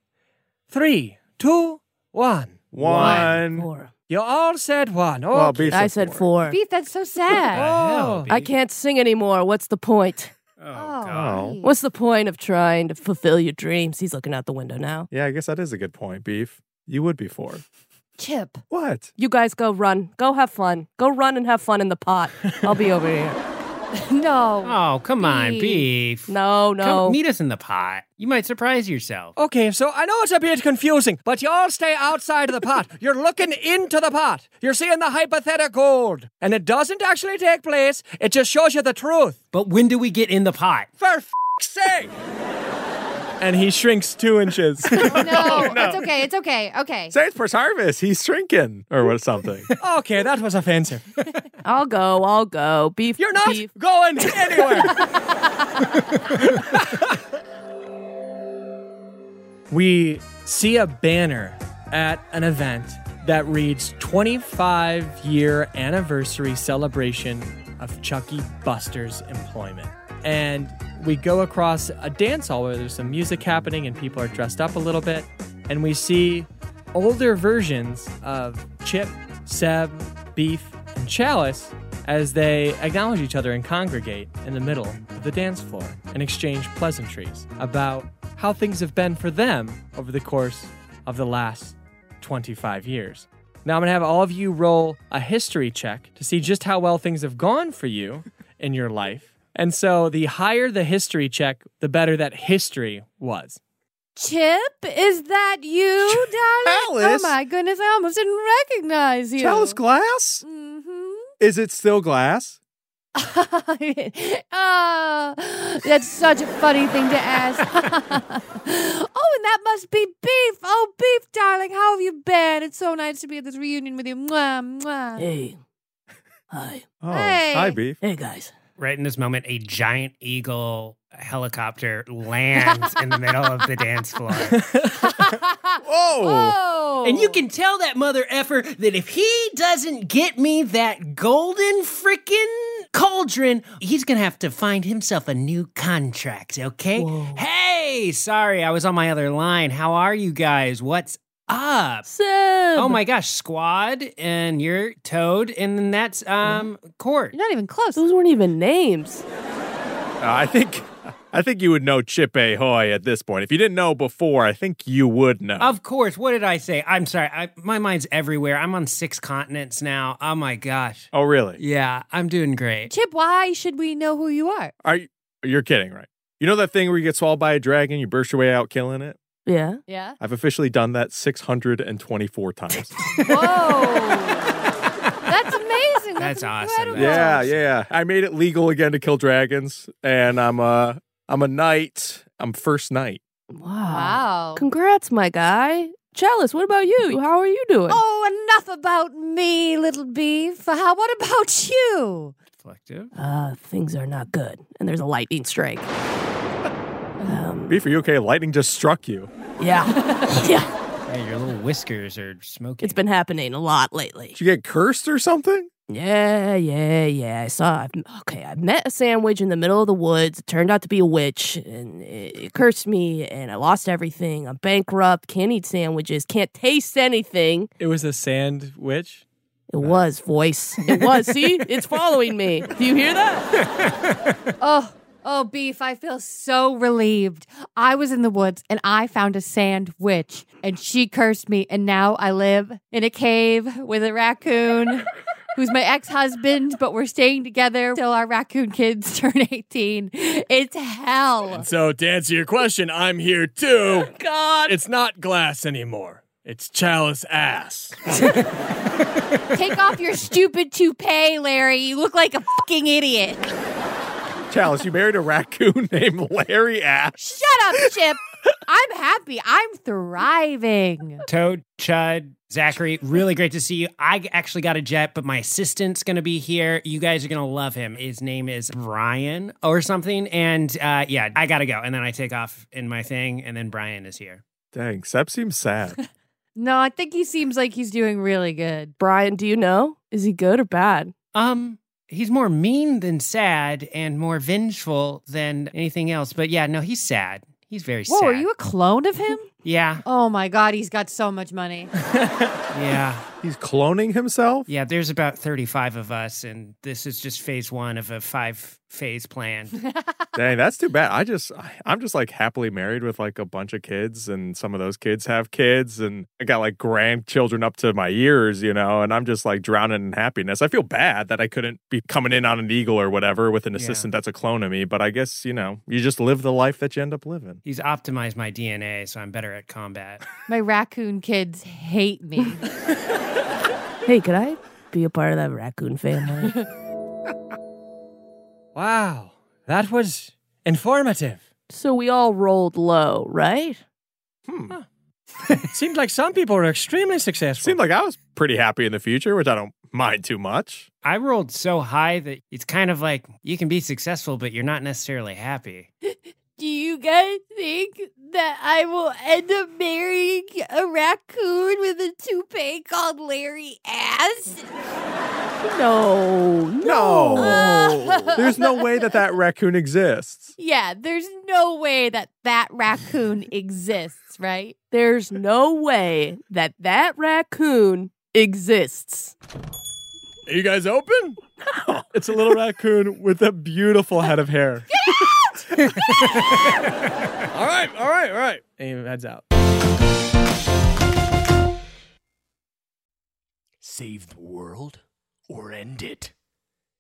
Speaker 5: Three, two, one.
Speaker 4: One.
Speaker 3: Four.
Speaker 5: You all said one. Oh,
Speaker 4: Well, beef
Speaker 3: I said four.
Speaker 9: Beef, that's so sad.
Speaker 5: Oh.
Speaker 3: I can't sing anymore. What's the point?
Speaker 2: Oh, God.
Speaker 4: Oh.
Speaker 3: What's the point of trying to fulfill your dreams? He's looking out the window now.
Speaker 4: Yeah, I guess that is a good point, beef. You would be four.
Speaker 9: Chip,
Speaker 4: What?
Speaker 3: You guys go run. Go have fun. Go run and have fun in the pot. I'll be over here.
Speaker 9: no.
Speaker 2: Oh, come on, beef.
Speaker 3: No,
Speaker 2: Come
Speaker 3: no.
Speaker 2: meet us in the pot. You might surprise yourself.
Speaker 5: Okay, so I know it's a bit confusing, but you all stay outside of the pot. You're looking into the pot. You're seeing the hypothetical gold. And it doesn't actually take place, it just shows you the truth.
Speaker 2: But when do we get in the pot?
Speaker 5: For f sake! And he shrinks two inches.
Speaker 9: No, it's okay, it's okay, okay.
Speaker 4: Say it's for Tarvis. He's shrinking or what something.
Speaker 5: okay, that was offensive.
Speaker 3: I'll go. I'll go. Beef.
Speaker 5: You're not
Speaker 3: Beef.
Speaker 5: going anywhere. we see a banner at an event that reads 25 year anniversary celebration of Chucky Buster's employment. And we go across a dance hall where there's some music happening and people are dressed up a little bit. And we see older versions of Chip, Seb, Beef, and Chalice as they acknowledge each other and congregate in the middle of the dance floor and exchange pleasantries about how things have been for them over the course of the last 25 years. Now, I'm going to have all of you roll a history check to see just how well things have gone for you in your life. And so, the higher the history check, the better that history was.
Speaker 9: Chip, is that you, darling?
Speaker 4: Alice?
Speaker 9: Oh my goodness, I almost didn't recognize you.
Speaker 4: Chalice glass? Is it still glass?
Speaker 9: Mm-hmm. oh, that's such a funny thing to ask. oh, and that must be Beef. Oh, Beef, darling, how have you been? It's so nice to be at this reunion with you. Mwah, mwah.
Speaker 3: Hey. Hi.
Speaker 4: Oh,
Speaker 9: Hey.
Speaker 4: hi, beef.
Speaker 3: Hey, guys.
Speaker 2: Right in this moment, a giant eagle helicopter lands in the middle of the dance floor.
Speaker 4: Whoa!
Speaker 9: Oh.
Speaker 2: And you can tell that mother effer that if he doesn't get me that golden frickin' cauldron, he's gonna have to find himself a new contract, okay? Hey, sorry, I was on my other line. How are you guys? What's up?
Speaker 3: Seb.
Speaker 2: Oh my gosh, squad and you're toad, and then that's um court.
Speaker 9: You're not even close.
Speaker 3: Those weren't even names.
Speaker 4: Uh, I think I think you would know Chip Ahoy at this point. If you didn't know before, I think you would know.
Speaker 2: Of course, what did I say? I'm sorry, I, my mind's everywhere. I'm on six continents now. Oh my gosh.
Speaker 4: oh, really?
Speaker 2: Yeah, I'm doing great.
Speaker 9: Chip, why should we know who you are?
Speaker 4: Are you, you're kidding, right? You know that thing where you get swallowed by a dragon, you burst your way out, killing it.
Speaker 3: Yeah.
Speaker 9: Yeah.
Speaker 4: I've officially done that 624 times.
Speaker 9: Whoa. That's amazing. That's,
Speaker 2: That's awesome.
Speaker 9: incredible.
Speaker 4: yeah, yeah. I made it legal again to kill dragons, and I'm a I'm a knight. I'm first knight.
Speaker 3: Wow.
Speaker 9: Wow.
Speaker 3: Congrats, my guy. Chalice, what about you? How are you doing?
Speaker 9: Oh, enough about me, little beef. How, what about you?
Speaker 2: Reflective.
Speaker 3: Uh, things are not good. And there's a lightning strike. Um,
Speaker 4: Beef, are you okay? Lightning just struck you.
Speaker 3: yeah. yeah.
Speaker 2: Yeah, your little whiskers are smoking.
Speaker 3: It's been happening a lot lately.
Speaker 4: Did you get cursed or something?
Speaker 3: Yeah, yeah, yeah. I saw. I've, okay, I met a sandwich in the middle of the woods. It turned out to be a witch, and it, it cursed me, and I lost everything. I'm bankrupt. Can't eat sandwiches. Can't taste anything.
Speaker 5: It was a sandwich.
Speaker 3: It was voice. It was. see, it's following me. Do you hear that?
Speaker 9: Oh, oh, beef, I feel so relieved. I was in the woods and I found a sand witch and she cursed me and now I live in a cave with a raccoon. Who's my ex husband, but we're staying together till our raccoon kids turn 18. It's hell.
Speaker 5: So, to answer your question, I'm here too. God. It's not glass anymore, it's chalice ass.
Speaker 9: Take off your stupid toupee, Larry. You look like a fucking idiot.
Speaker 4: Chalice, you married a raccoon named Larry Ash.
Speaker 9: Shut up, Chip. I'm happy. I'm thriving.
Speaker 2: Toad, Chud, Zachary, really great to see you. I actually got a jet, but my assistant's going to be here. You guys are going to love him. His name is Brian or something. And uh, yeah, I got to go. And then I take off in my thing, and then Brian is here.
Speaker 4: Dang, Seb seems sad.
Speaker 9: No, I think he seems like he's doing really good.
Speaker 3: Brian, do you know? Is he good or bad?
Speaker 2: Um, he's more mean than sad and more vengeful than anything else. But yeah, no, he's sad. He's very
Speaker 9: Whoa,
Speaker 2: sad.
Speaker 9: are you a clone of him?
Speaker 2: yeah,
Speaker 9: Oh my God, he's got so much money.
Speaker 2: yeah.
Speaker 4: He's cloning himself?
Speaker 2: Yeah, there's about 35 of us, and this is just phase one of a five phase plan.
Speaker 4: Dang, that's too bad. I just, I- I'm just like happily married with like a bunch of kids, and some of those kids have kids, and I got like grandchildren up to my ears, you know, and I'm just like drowning in happiness. I feel bad that I couldn't be coming in on an eagle or whatever with an
Speaker 2: Yeah.
Speaker 4: assistant that's a clone of me, but I guess, you know, you just live the life that you end up living.
Speaker 2: He's optimized my DNA, so I'm better at combat.
Speaker 9: My raccoon kids hate me.
Speaker 3: Hey, could I be a part of that raccoon family?
Speaker 5: Wow, that was informative.
Speaker 3: so we all rolled low, right?
Speaker 5: Seemed like some people were extremely successful.
Speaker 4: Seemed like I was pretty happy in the future, which I don't mind too much.
Speaker 2: I rolled so high that it's kind of like you can be successful, but you're not necessarily happy.
Speaker 9: Do you guys think that I will end up marrying a raccoon with a toupee called Larry Ass?
Speaker 3: No,
Speaker 4: No, there's no way that that raccoon exists.
Speaker 9: Yeah, there's no way that that raccoon exists, right?
Speaker 3: There's no way that that raccoon exists.
Speaker 5: Are you guys open? it's a little raccoon with a beautiful head of hair.
Speaker 4: All right, all right, all right.
Speaker 5: And he heads out.
Speaker 11: Save the world or end it.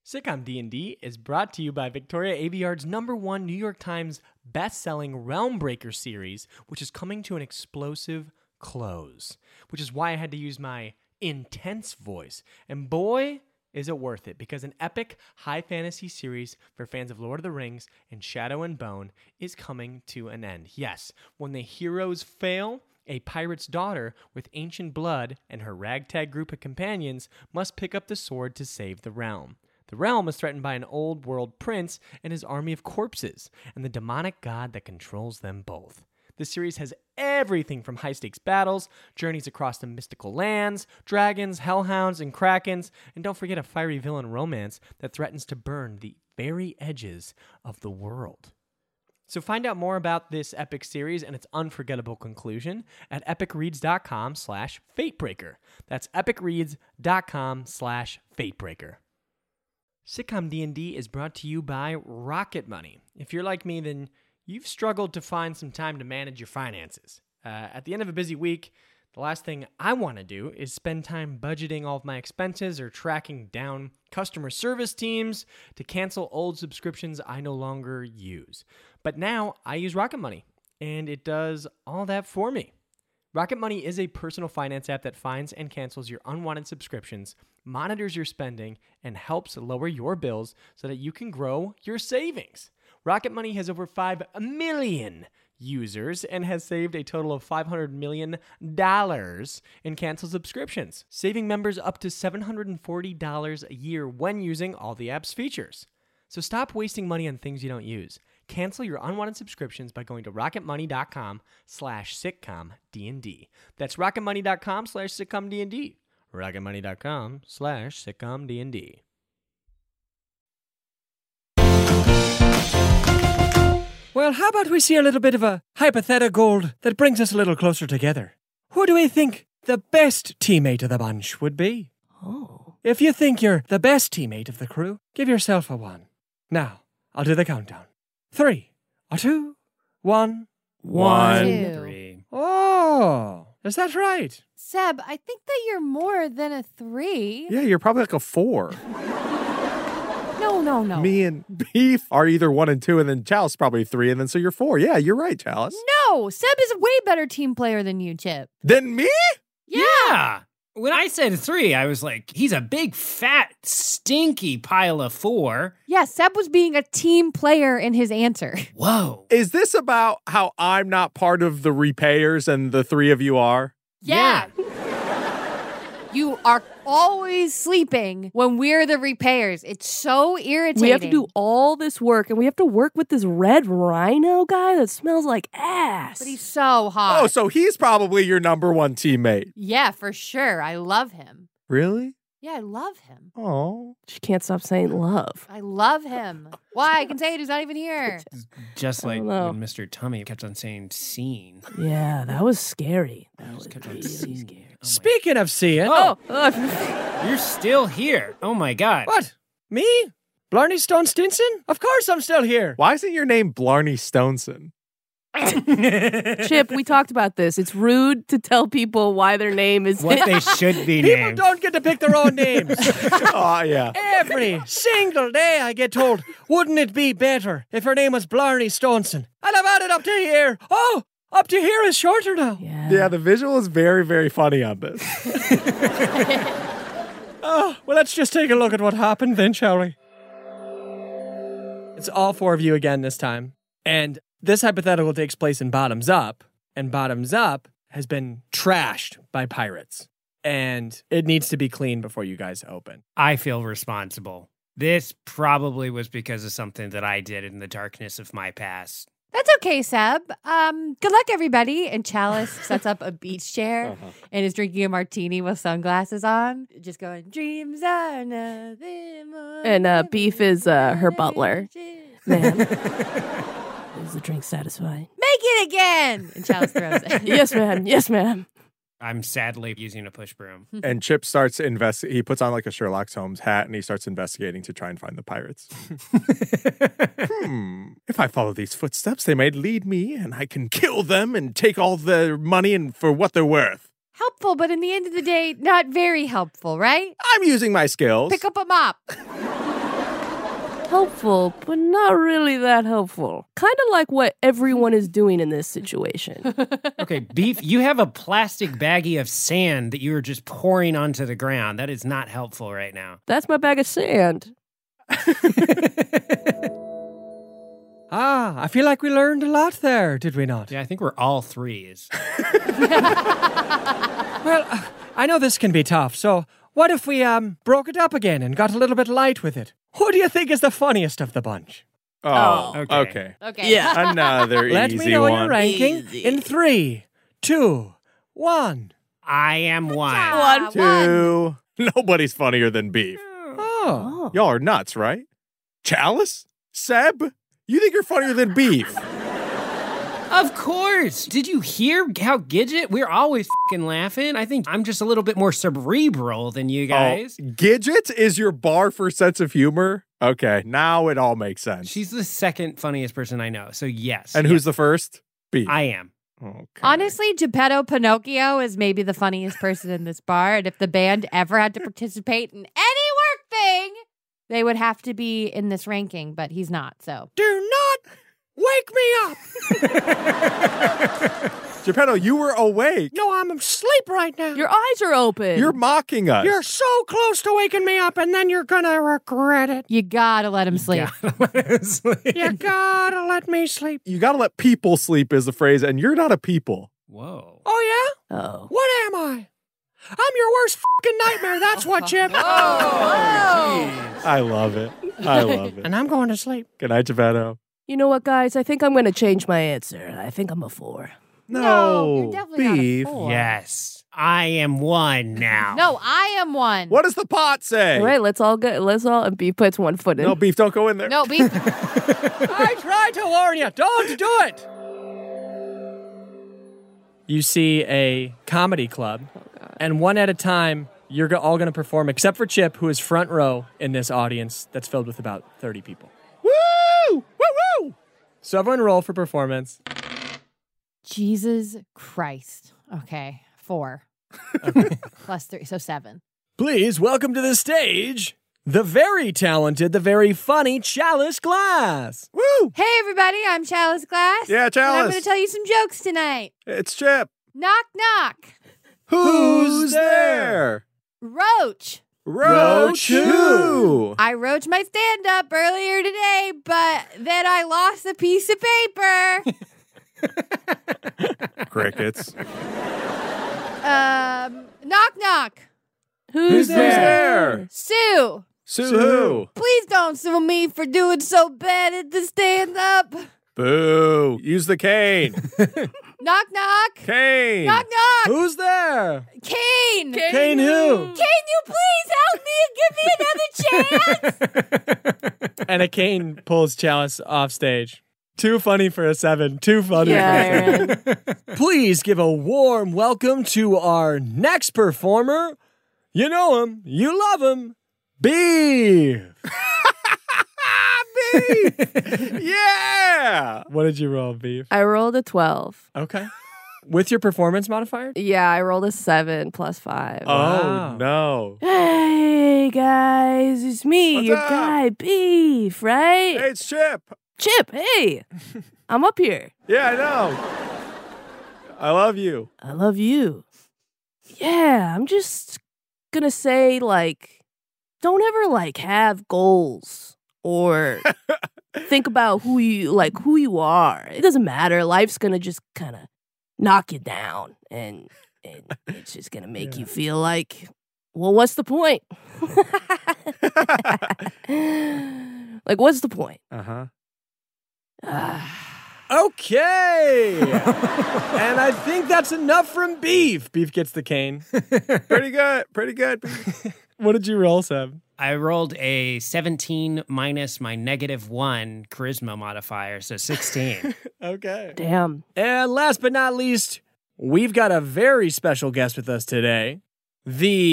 Speaker 5: Sitcom D&D is brought to you by Victoria Aveyard's number one New York Times best-selling Realmbreaker series, which is coming to an explosive close, which is why I had to use my intense voice. And boy, is it worth it, because an epic high fantasy series for fans of Lord of the Rings and Shadow and Bone is coming to an end. Yes, when the heroes fail, a pirate's daughter with ancient blood and her ragtag group of companions must pick up the sword to save the realm. The realm is threatened by an old world prince and his army of corpses, and the demonic god that controls them both. The series has everything from high stakes battles, journeys across the mystical lands, dragons, hellhounds, and krakens, and don't forget a fiery villain romance that threatens to burn the very edges of the world. So find out more about this epic series and its unforgettable conclusion at epicreads.com slash fatebreaker. That's epicreads.com slash fatebreaker. Sitcom D&D is brought to you by Rocket Money. If you're like me, then you've struggled to find some time to manage your finances. Uh, at the end of a busy week, the last thing I want to do is spend time budgeting all of my expenses or tracking down customer service teams to cancel old subscriptions I no longer use. But now I use Rocket Money, and it does all that for me. Rocket Money is a personal finance app that finds and cancels your unwanted subscriptions, monitors your spending, and helps lower your bills so that you can grow your savings. Rocket Money has over 5 million users and has saved a total of $500 million in canceled subscriptions, saving members up to $740 a year when using all the app's features. So stop wasting money on things you don't use. Cancel your unwanted subscriptions by going to rocketmoney.com slash sitcom D&D. That's rocketmoney.com slash sitcom D&D. rocketmoney.com slash sitcom D&D.
Speaker 11: Well, how about we see a little bit of a hypothetical that brings us a little closer together? Who do we think the best teammate of the bunch would be?
Speaker 3: Oh.
Speaker 11: If you think you're the best teammate of the crew, give yourself a one. Now, I'll do the countdown. Three, or two, one.
Speaker 4: One.
Speaker 9: Two.
Speaker 2: Three.
Speaker 11: Oh, is that right?
Speaker 9: Seb, I think that you're more than a three.
Speaker 4: Yeah, you're probably like a four.
Speaker 9: No, no, no.
Speaker 4: Me and Beef are either one and two, and then Chalice probably three, and then so you're four. Yeah, you're right, Chalice.
Speaker 9: No, Seb is a way better team player than you, Chip.
Speaker 4: Then me?
Speaker 9: Yeah.
Speaker 2: Yeah. When I said three, I was like, he's a big, fat, stinky pile of four.
Speaker 9: Yeah, Seb was being a team player in his answer.
Speaker 2: Whoa.
Speaker 4: Is this about how I'm not part of the repayers and the three of you are?
Speaker 2: Yeah.
Speaker 9: you are always sleeping when we're the repairs. It's so irritating.
Speaker 3: We have to do all this work, and we have to work with this red rhino guy that smells like ass.
Speaker 9: But he's so hot.
Speaker 4: Oh, so he's probably your number one teammate.
Speaker 9: yeah, for sure. I love him.
Speaker 4: Really?
Speaker 9: Yeah, I love him.
Speaker 4: Oh.
Speaker 3: she can't stop saying love.
Speaker 9: I love him. Why? I can say it. He's not even here.
Speaker 2: Just
Speaker 3: I
Speaker 2: like
Speaker 3: don't know.
Speaker 2: when Mr. Tummy kept on saying scene.
Speaker 3: Yeah, that was scary. That was
Speaker 2: Just kept on
Speaker 3: really
Speaker 2: scene.
Speaker 3: scary.
Speaker 2: Oh my-
Speaker 11: Speaking of seeing.
Speaker 3: Oh, uh,
Speaker 2: You're still here. Oh my God.
Speaker 11: What? Me? Blarney Stone Stinson? Of course I'm still here.
Speaker 4: Why isn't your name Blarney Stoneson?
Speaker 3: oh, Chip, we talked about this. It's rude to tell people why their name is
Speaker 2: What they should be
Speaker 11: People
Speaker 2: named.
Speaker 11: don't get to pick their own names.
Speaker 4: oh, yeah.
Speaker 11: Every single day I get told, wouldn't it be better if her name was Blarney Stonson? And I've had it up to here. Oh, up to here is shorter now.
Speaker 3: Yeah.
Speaker 4: Yeah, the visual is very, very funny on this.
Speaker 11: Oh, well, let's just take a look at what happened then, shall we? It's all four of you again this time. And this hypothetical takes place in Bottoms Up, and Bottoms Up has been trashed by pirates. And it needs to be cleaned before you guys open.
Speaker 2: I feel responsible. This probably was because of something that I did in the darkness of my past.
Speaker 9: That's okay, Seb. Um, good luck, everybody. And Chalice sets up a beach chair
Speaker 3: Uh-huh.
Speaker 9: and is drinking a martini with sunglasses on, just going, dreams are nothing more
Speaker 3: And, uh,
Speaker 9: than
Speaker 3: Beef is, uh, her butler.
Speaker 9: illusions."
Speaker 3: Ma'am. Is the drink satisfying?
Speaker 9: Make it again. And Chalice throws it.
Speaker 3: yes, ma'am. Yes, ma'am.
Speaker 2: I'm sadly using a push broom.
Speaker 4: And Chip starts invest. He puts on like a Sherlock Holmes hat and he starts investigating to try and find the pirates. hmm. If I follow these footsteps, they might lead me, and I can kill them and take all their money and for what they're worth.
Speaker 9: helpful, but in the end of the day, not very helpful, right?
Speaker 4: I'm using my skills.
Speaker 9: Pick up a mop.
Speaker 3: Helpful, but not really that helpful. Kind of like what everyone is doing in this situation.
Speaker 2: Okay, Beef, you have a plastic baggie of sand that you are just pouring onto the ground. That is not helpful right now.
Speaker 3: That's my bag of sand.
Speaker 11: Ah, I feel like we learned a lot there, did we not?
Speaker 2: Yeah, I think we're all threes.
Speaker 11: Well, uh, I know this can be tough, so what if we um broke it up again and got a little bit light with it? Who do you think is the funniest of the bunch?
Speaker 4: Oh,
Speaker 3: Oh.
Speaker 4: okay.
Speaker 9: Okay.
Speaker 3: Yeah.
Speaker 4: Another
Speaker 11: Let
Speaker 4: easy
Speaker 11: me know
Speaker 4: one.
Speaker 11: your ranking in three, two, one.
Speaker 2: I am one.
Speaker 9: Ah,
Speaker 4: Two. Nobody's funnier than Beef.
Speaker 11: Oh.
Speaker 4: Y'all are nuts, right? Chalice? Seb? You think you're funnier than Beef?
Speaker 2: Of course. Did you hear how Gidget? We're always fing laughing. I think I'm just a little bit more cerebral than you guys.
Speaker 4: Oh, Gidget is your bar for sense of humor? Okay, now it all makes sense.
Speaker 2: She's the second funniest person I know. So yes.
Speaker 4: and who's the first? Beef.
Speaker 2: I am.
Speaker 4: Okay.
Speaker 9: Honestly, Geppetto Pinocchio is maybe the funniest person in this bar. And if the band ever had to participate in any work thing, they would have to be in this ranking, but he's not. So
Speaker 11: Do not wake me up.
Speaker 4: Geppetto, you were awake.
Speaker 11: No, I'm asleep right now.
Speaker 3: Your eyes are open.
Speaker 4: You're mocking us.
Speaker 11: You're so close to waking me up, and then you're gonna regret it.
Speaker 9: you gotta let him sleep.
Speaker 11: You gotta let me sleep.
Speaker 4: you gotta let people sleep is the phrase, and you're not a people.
Speaker 2: Whoa.
Speaker 11: Oh yeah?
Speaker 3: oh.
Speaker 11: What am I? I'm your worst fucking nightmare. That's what, Chip. Oh.
Speaker 4: I love it. I love it.
Speaker 11: And I'm going to sleep.
Speaker 4: Good night, Geppetto.
Speaker 3: You know what, guys? I think I'm going to change my answer. I think I'm a four. Oh,
Speaker 9: No, Oh, you're definitely not a
Speaker 4: Beef.
Speaker 9: fool.
Speaker 2: Yes. I am one now.
Speaker 9: No, I am one.
Speaker 4: What does the pot say?
Speaker 3: All right, let's all go. Let's all. And B puts one foot in.
Speaker 4: No, Beef, don't go in there.
Speaker 9: No, beef.
Speaker 11: I tried to warn you. Don't do it. You see a comedy club, and one at a time, you're go- all going to perform, except for Chip, who is front row in this audience that's filled with about 30 people.
Speaker 4: Woo! Woo woo!
Speaker 11: So everyone roll for performance.
Speaker 9: Jesus Christ. Okay. Four. Plus three. So seven.
Speaker 11: Please welcome to the stage the very talented, the very funny Chalice Glass.
Speaker 4: Woo!
Speaker 9: Hey, everybody. I'm Chalice Glass.
Speaker 4: Yeah,
Speaker 9: and I'm going
Speaker 4: Chalice.
Speaker 9: to tell you some jokes tonight.
Speaker 4: It's Chip.
Speaker 9: Knock, knock.
Speaker 4: Who's there?
Speaker 9: Roach.
Speaker 4: Rochu.
Speaker 9: I roached my stand up earlier today, but then I lost a piece of paper.
Speaker 4: Crickets.
Speaker 9: um, knock, knock.
Speaker 3: Who's
Speaker 4: there?
Speaker 9: Sue.
Speaker 4: Sue who?
Speaker 9: Please don't sue me for doing so bad at the stand up.
Speaker 4: Boo. Use the cane.
Speaker 9: Knock, knock.
Speaker 4: cane.
Speaker 9: Knock, knock.
Speaker 11: Who's there?
Speaker 9: Kane. Kane.
Speaker 11: Kane who?
Speaker 9: Can you please help me and give me another chance?
Speaker 11: And a cane pulls Chalice off stage. Too funny for a seven. Too funny for a
Speaker 3: Yeah,
Speaker 11: seven.
Speaker 3: Aaron.
Speaker 11: Please give a warm welcome to our next performer. You know him, you love him, Beef.
Speaker 4: yeah.
Speaker 11: What did you roll, Beef?
Speaker 3: I rolled a twelve.
Speaker 11: Okay. With your performance modifier?
Speaker 3: Yeah, I rolled a seven plus five.
Speaker 11: Wow.
Speaker 4: Oh no.
Speaker 3: Hey guys, it's me,
Speaker 4: What's
Speaker 3: your
Speaker 4: up?
Speaker 3: guy Beef, right?
Speaker 4: Hey, it's Chip.
Speaker 3: Chip, hey, I'm up here.
Speaker 4: Yeah, I know. I love you.
Speaker 3: I love you. Yeah, I'm just gonna say like, don't ever like have goals or think about who you like who you are. It doesn't matter. Life's gonna just kind of knock you down, and, and it's just gonna make you feel like, well, what's the point?
Speaker 11: Uh-huh.
Speaker 3: like, what's the point?
Speaker 4: Uh huh.
Speaker 3: Ah.
Speaker 11: Okay. and I think that's enough from Beef. Beef gets the cane.
Speaker 4: pretty good. Pretty good.
Speaker 11: What did you roll, Seb?
Speaker 2: I rolled a 17 minus my negative one charisma modifier, so 16.
Speaker 11: Okay.
Speaker 3: Damn.
Speaker 11: And last but not least, we've got a very special guest with us today.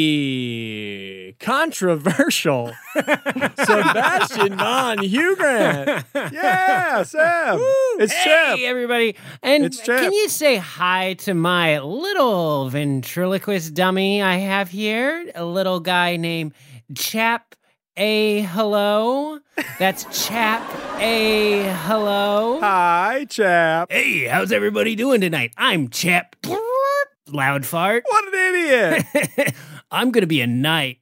Speaker 11: The controversial Sebastian Von Hugran.
Speaker 4: Yeah, Sam. It's
Speaker 2: hey,
Speaker 4: Chip.
Speaker 2: everybody. And
Speaker 4: It's Chip.
Speaker 2: can you say hi to my little ventriloquist dummy I have here? A little guy named Chap A Hello. That's Chap A Hello.
Speaker 4: Hi, chap.
Speaker 2: Hey, how's everybody doing tonight? I'm Chap. Loud fart.
Speaker 4: What an idiot.
Speaker 2: I'm going to be a knight.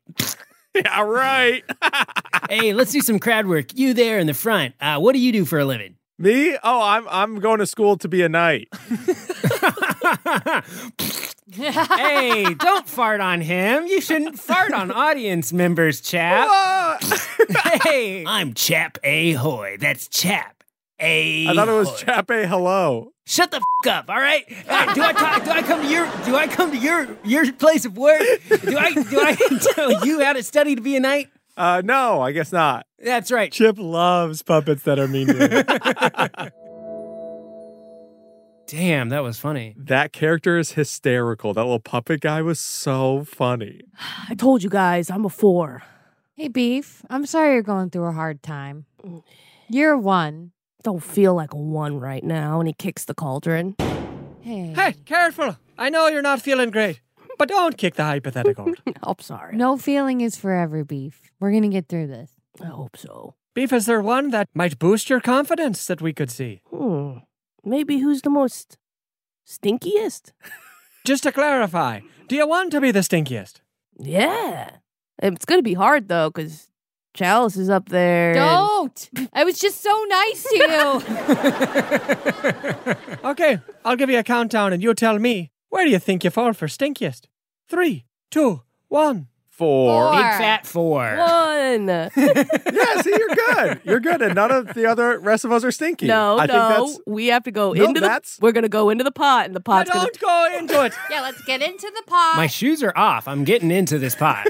Speaker 4: yeah, right.
Speaker 2: hey, let's do some crowd work. You there in the front. Uh, what do you do for a living?
Speaker 4: Me? Oh, I'm I'm going to school to be a knight.
Speaker 2: hey, don't fart on him. You shouldn't fart on audience members, chap.
Speaker 4: Ah!
Speaker 2: hey, I'm Chap Ahoy. That's Chap. A.
Speaker 4: I thought it was Chap A hello.
Speaker 2: Shut the f- up, all right? All right, do I talk, do I come to your do I come to your your place of work? Do I do I tell you how to study to be a knight?
Speaker 4: Uh no, I guess not.
Speaker 2: That's right.
Speaker 11: Chip loves puppets that are mean to him.
Speaker 2: Damn, that was funny.
Speaker 4: That character is hysterical. That little puppet guy was so funny.
Speaker 3: I told you guys, I'm a four.
Speaker 9: Hey, Beef, I'm sorry you're going through a hard time. You're one.
Speaker 3: Don't feel like a one right now. And he kicks the cauldron.
Speaker 9: Hey.
Speaker 11: Hey, careful. I know you're not feeling great, but don't kick the hypothetical.
Speaker 3: I'm sorry.
Speaker 9: No feeling is forever, Beef. We're going to get through this.
Speaker 3: I hope so.
Speaker 11: Beef, is there one that might boost your confidence that we could see?
Speaker 3: Hmm. Maybe who's the most stinkiest?
Speaker 11: Just to clarify, do you want to be the stinkiest?
Speaker 3: Yeah. It's going to be hard, though, because Chalice is up there. and-
Speaker 9: Don't! I was just so nice to you.
Speaker 11: Okay, I'll give you a countdown and you tell me where do you think you fall for stinkiest? Three, two, one.
Speaker 9: Four.
Speaker 4: Four.
Speaker 2: Big fat four.
Speaker 3: One.
Speaker 4: yeah, see, you're good. You're good. And none of the other rest of us are stinky.
Speaker 3: No,
Speaker 4: I
Speaker 3: no.
Speaker 4: think
Speaker 3: we have to go
Speaker 4: No,
Speaker 3: into
Speaker 4: that's-
Speaker 3: the. We're gonna go into the pot, and the
Speaker 11: I
Speaker 3: pot's gonna.
Speaker 11: don't go into it.
Speaker 9: yeah, let's get into the pot.
Speaker 2: My shoes are off. I'm getting into this pot.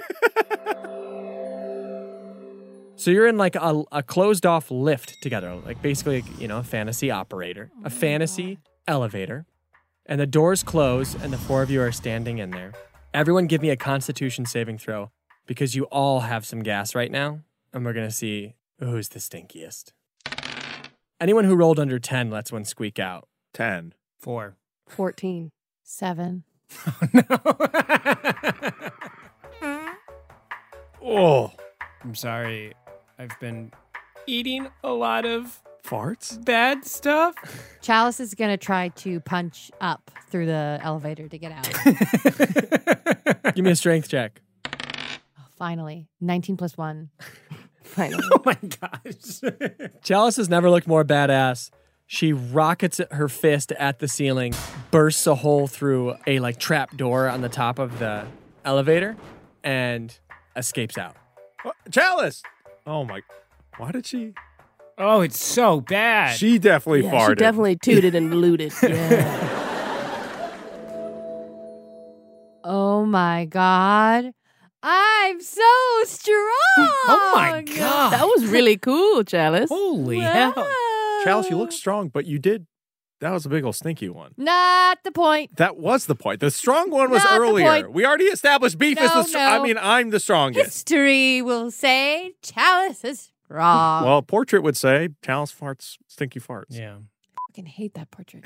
Speaker 11: So you're in like a, a closed off lift together, like basically, you know, a fantasy operator,
Speaker 3: Oh
Speaker 11: a fantasy elevator. And the doors close, and the four of you are standing in there. Everyone give me a constitution saving throw because you all have some gas right now. And we're going to see who's the stinkiest. Anyone who rolled under 10 lets one squeak out.
Speaker 4: that's ten.
Speaker 2: Four.
Speaker 3: Fourteen.
Speaker 9: Seven.
Speaker 4: Oh.
Speaker 2: I'm sorry. I've been eating a lot of
Speaker 4: Farts?
Speaker 2: bad stuff.
Speaker 9: Chalice is going to try to punch up through the elevator to get out.
Speaker 11: Give me a strength check.
Speaker 9: Finally, 19 plus one.
Speaker 3: Finally.
Speaker 2: Oh my gosh.
Speaker 11: Chalice has never looked more badass. She rockets her fist at the ceiling, bursts a hole through a like trap door on the top of the elevator, and escapes out.
Speaker 4: What? Chalice. Oh my. Why did she?
Speaker 2: oh, it's so bad.
Speaker 4: She definitely
Speaker 3: Yeah,
Speaker 4: farted.
Speaker 3: she definitely tooted and looted. Yeah.
Speaker 9: Oh my God. I'm so strong.
Speaker 2: oh my god.
Speaker 3: that was really cool, Chalice.
Speaker 2: Holy hell.
Speaker 4: Chalice, you
Speaker 9: Uh.
Speaker 4: look strong, but you did. That was a big old stinky one.
Speaker 9: Not the point.
Speaker 4: That was the point. The strong one was
Speaker 9: Not the
Speaker 4: earlier.
Speaker 9: point.
Speaker 4: We already established beef is
Speaker 9: No,
Speaker 4: the str- I
Speaker 9: no.
Speaker 4: mean, I'm the strongest.
Speaker 9: History will say Chalice is wrong.
Speaker 4: Well, portrait would say Chalice farts, stinky farts.
Speaker 9: I
Speaker 2: Yeah.
Speaker 9: fucking hate that portrait.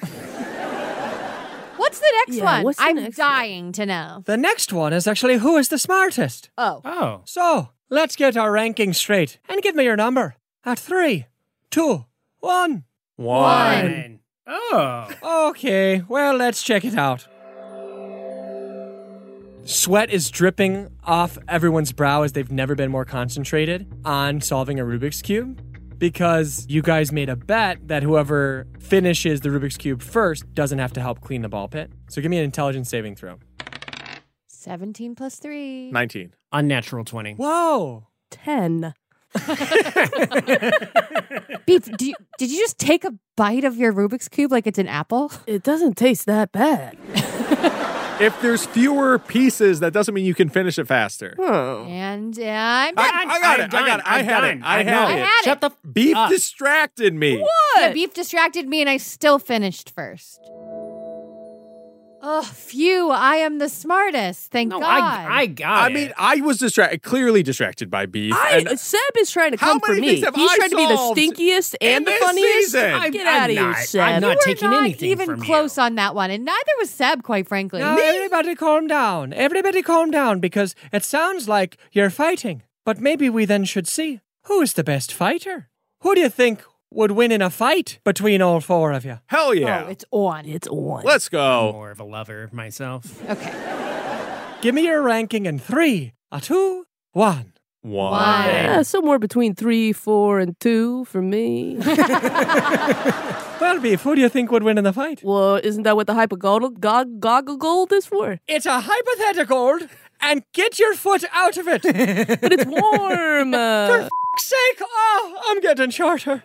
Speaker 9: what's the next
Speaker 3: Yeah,
Speaker 9: one?
Speaker 3: what's the
Speaker 9: I'm
Speaker 3: next one?
Speaker 9: dying to know.
Speaker 11: The next one is actually who is the smartest.
Speaker 9: Oh.
Speaker 2: Oh.
Speaker 11: So let's get our ranking straight and give me your number at three, two, one.
Speaker 4: Why?
Speaker 2: Man. Oh.
Speaker 11: Okay, well, let's check it out. Sweat is dripping off everyone's brow as they've never been more concentrated on solving a Rubik's Cube because you guys made a bet that whoever finishes the Rubik's Cube first doesn't have to help clean the ball pit. So give me an intelligence saving throw.
Speaker 9: 17 plus 3.
Speaker 4: 19.
Speaker 2: Unnatural 20.
Speaker 11: Whoa!
Speaker 3: Ten.
Speaker 9: Beats, do you, did you just take a bite of your Rubik's Cube like it's an apple?
Speaker 3: It doesn't taste that bad.
Speaker 4: If there's fewer pieces, that doesn't mean you can finish it faster.
Speaker 3: Oh.
Speaker 9: And uh, I'm
Speaker 4: I,
Speaker 9: done.
Speaker 4: I got
Speaker 2: I'm
Speaker 4: it. I got it. I
Speaker 2: done.
Speaker 4: had
Speaker 2: I'm done.
Speaker 4: it. I
Speaker 2: I'm
Speaker 4: had
Speaker 2: done.
Speaker 9: I had
Speaker 4: it.
Speaker 9: it.
Speaker 2: Shut the
Speaker 4: Beef
Speaker 2: up.
Speaker 4: distracted me.
Speaker 9: The beef distracted me and I still finished first. Oh, phew. I am the smartest. Thank
Speaker 2: No,
Speaker 9: God.
Speaker 2: I, I got
Speaker 4: I
Speaker 2: it.
Speaker 4: mean, I was distracted, clearly distracted by beef.
Speaker 3: I,
Speaker 4: and-
Speaker 3: Seb is trying to
Speaker 4: How
Speaker 3: come for
Speaker 4: many
Speaker 3: me.
Speaker 4: things have
Speaker 3: He's
Speaker 4: I
Speaker 3: trying to be the
Speaker 4: solved
Speaker 3: stinkiest
Speaker 4: in
Speaker 3: and the
Speaker 4: this
Speaker 3: funniest.
Speaker 4: season?
Speaker 2: I'm-
Speaker 3: Get
Speaker 2: I'm
Speaker 3: out of here,
Speaker 2: not- I'm
Speaker 3: Seb.
Speaker 9: You
Speaker 2: not-
Speaker 9: were
Speaker 2: taking
Speaker 9: not
Speaker 2: anything
Speaker 9: even
Speaker 2: from
Speaker 9: close
Speaker 2: you.
Speaker 9: on that one, and neither was Seb, quite frankly.
Speaker 11: Now, everybody calm down. Everybody calm down because it sounds like you're fighting. But maybe we then should see who is the best fighter. Who do you think would win in a fight between all four of you?
Speaker 4: Hell
Speaker 9: Oh,
Speaker 4: yeah.
Speaker 9: it's on.
Speaker 3: It's on.
Speaker 4: Let's
Speaker 2: I'm
Speaker 4: go.
Speaker 2: more of a lover myself.
Speaker 9: Okay.
Speaker 11: Give me your ranking in three, a two, one.
Speaker 4: One.
Speaker 3: Yeah, somewhere between three, four, and two for me.
Speaker 11: Well, Beef, who do you think would win in the fight?
Speaker 3: well, isn't that what the hypogoggle gog, goggle gold is for?
Speaker 11: It's a hypothetical, and get your foot out of it. For
Speaker 3: But it's warm. uh,
Speaker 11: sake, oh, I'm getting shorter.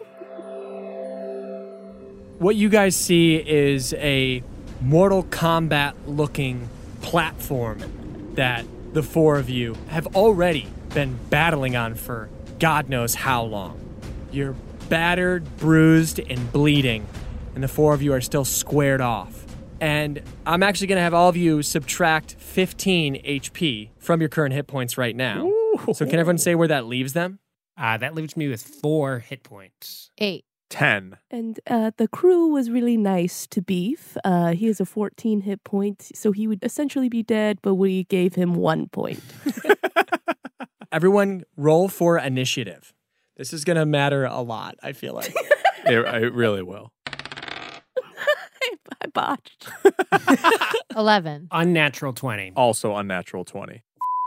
Speaker 11: What you guys see is a Mortal Kombat looking platform that the four of you have already been battling on for God knows how long. You're battered, bruised, and bleeding, and the four of you are still squared off. And I'm actually going to have all of you subtract 15 HP from your current hit points right now. So, can everyone say where that leaves them?
Speaker 2: Uh, that leaves me with four hit points.
Speaker 9: Eight.
Speaker 4: Ten.
Speaker 3: and uh, the crew was really nice to Beef. Uh, he has a 14 hit point, so he would essentially be dead, but we gave him one point.
Speaker 11: Everyone, roll for initiative. This is going to matter a lot, I feel like.
Speaker 4: It, it really will.
Speaker 3: I botched.
Speaker 9: Eleven.
Speaker 2: Unnatural 20.
Speaker 4: Also unnatural 20.
Speaker 2: F-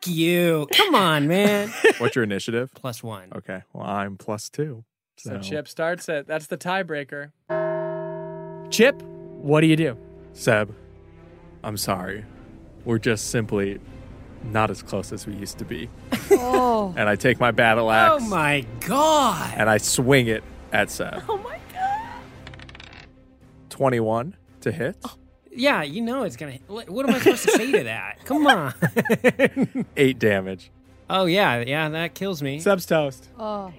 Speaker 2: you. Come on, man.
Speaker 4: What's your initiative?
Speaker 2: Plus one.
Speaker 4: Okay. Well, I'm plus two.
Speaker 11: so, Chip starts it. That's the tiebreaker. Chip, what do you do?
Speaker 4: Seb, I'm sorry. We're just simply not as close as we used to be.
Speaker 9: Oh.
Speaker 4: And I take my battle
Speaker 2: Oh
Speaker 4: axe
Speaker 2: my god.
Speaker 4: and I swing it at Seb.
Speaker 3: Oh my god.
Speaker 4: 21 to hit.
Speaker 2: Yeah, you know it's gonna. What what am I supposed to say to that? Come on.
Speaker 4: Eight damage.
Speaker 2: oh yeah, yeah, that kills me.
Speaker 4: Seb's toast.
Speaker 9: oh.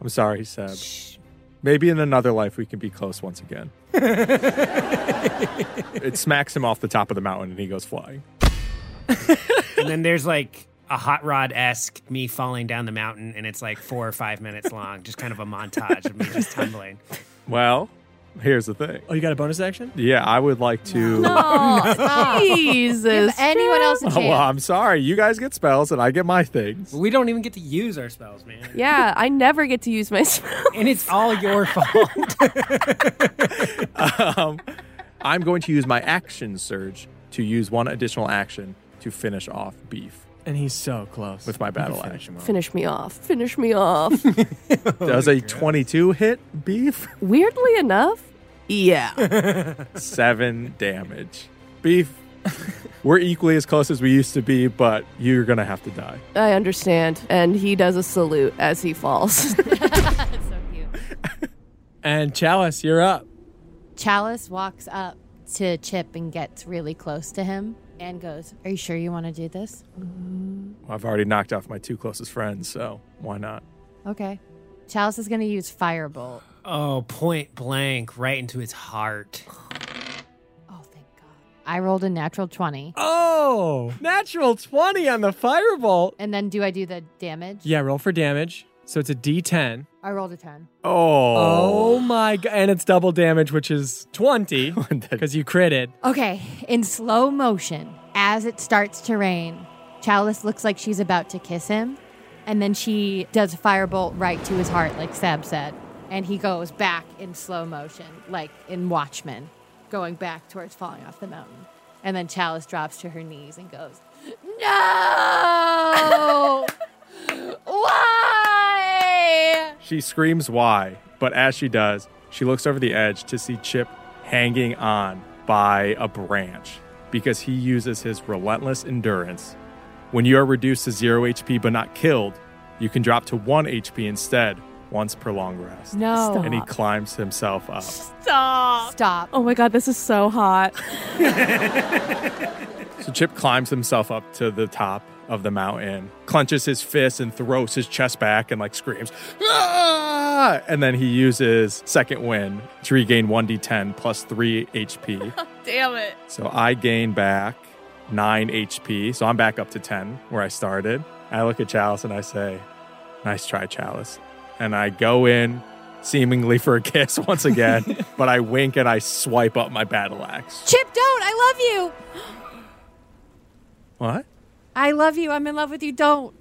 Speaker 4: I'm sorry, Seb.
Speaker 2: Shh.
Speaker 4: Maybe in another life we can be close once again. it smacks him off the top of the mountain and he goes flying.
Speaker 2: and then there's like a hot rod esque me falling down the mountain, and it's like four or five minutes long, just kind of a montage of me just tumbling.
Speaker 4: Well, here's the thing.
Speaker 11: Oh, you got a bonus action?
Speaker 4: Yeah, I would like to.
Speaker 9: Oh, stop. Give
Speaker 3: Jesus.
Speaker 9: anyone else a chance.
Speaker 4: Well, I'm sorry. You guys get spells and I get my things.
Speaker 2: We don't even get to use our spells, man,
Speaker 3: Yeah, I never get to use my spell.
Speaker 2: and it's all your fault.
Speaker 4: Um, I'm going to use my action surge to use one additional action to finish off beef
Speaker 11: And he's so close.
Speaker 4: with my battle
Speaker 11: Finish
Speaker 4: action.
Speaker 3: Finish me off. Finish me off.
Speaker 4: Does
Speaker 11: Oh,
Speaker 4: a 22 hit beef?
Speaker 3: Weirdly enough, yeah.
Speaker 4: Seven damage. Beef, we're equally as close as we used to be, but you're going to have to die.
Speaker 3: I understand. And he does a salute as he falls.
Speaker 9: That's so cute.
Speaker 11: And Chalice, you're up.
Speaker 9: Chalice walks up to Chip and gets really close to him and goes, Are you sure you want to do this?
Speaker 4: I've already knocked off my two closest friends, so why not?
Speaker 9: Okay. Chalice is going to use Firebolt.
Speaker 2: oh, point blank, right into his heart.
Speaker 9: Oh, thank God. I rolled a natural 20.
Speaker 11: Oh, natural 20 on the firebolt.
Speaker 9: And then do I do the damage?
Speaker 11: Yeah, roll for damage. So it's a d10.
Speaker 9: I rolled a 10.
Speaker 4: Oh.
Speaker 11: Oh my god. And it's double damage, which is 20 because you critted.
Speaker 9: Okay. In slow motion, as it starts to rain, Chalice looks like she's about to kiss him. And then she does a firebolt right to his heart, like Seb said. And he goes back in slow motion, like in Watchmen, going back towards falling off the mountain. And then Chalice drops to her knees and goes, No! Why?
Speaker 4: She screams why, but as she does, she looks over the edge to see Chip hanging on by a branch because he uses his relentless endurance. When you are reduced to zero HP but not killed, You can drop to one HP instead once per long rest.
Speaker 9: No.
Speaker 4: And he climbs himself up.
Speaker 3: Stop.
Speaker 9: Stop.
Speaker 3: Oh my god, this is so hot.
Speaker 4: So Chip climbs himself up to the top of the mountain, clenches his fists and throws his chest back and like screams, "Ah!" and then he uses second wind to regain 1d10 plus 3 HP.
Speaker 3: Damn it.
Speaker 4: so I gain back 9 HP. So I'm back up to 10 where I started. I look at Chalice and I say, Nice try, Chalice. And I go in seemingly for a kiss once again, but I wink and I swipe up my battle axe.
Speaker 9: Chip, don't. I love you.
Speaker 4: What?
Speaker 9: I love you. I'm in love with you. Don't.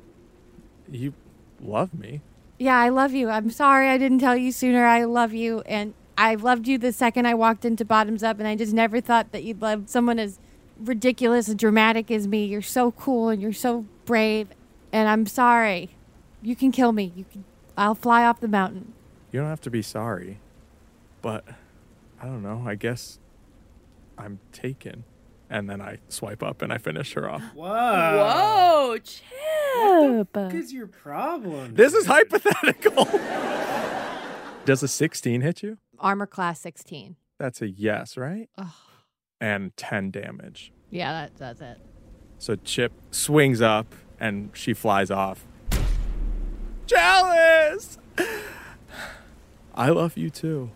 Speaker 4: You love me?
Speaker 9: Yeah, I love you. I'm sorry I didn't tell you sooner. I love you. And I've loved you the second I walked into Bottoms Up, and I just never thought that you'd love someone as ridiculous and dramatic as me. You're so cool and you're so brave. And I'm sorry. You can kill me. You can, I'll fly off the mountain.
Speaker 4: You don't have to be sorry. But I don't know. I guess I'm taken. And then I swipe up and I finish her off.
Speaker 2: Whoa.
Speaker 3: Oh, Chip.
Speaker 2: What is your problem?
Speaker 4: This is hypothetical. Does a 16 hit you?
Speaker 9: Armor class 16.
Speaker 4: That's a yes, right?
Speaker 9: Ugh.
Speaker 4: And 10 damage.
Speaker 9: Yeah, that, that's it.
Speaker 4: So Chip swings up and she flies off. Chalice! I love you too.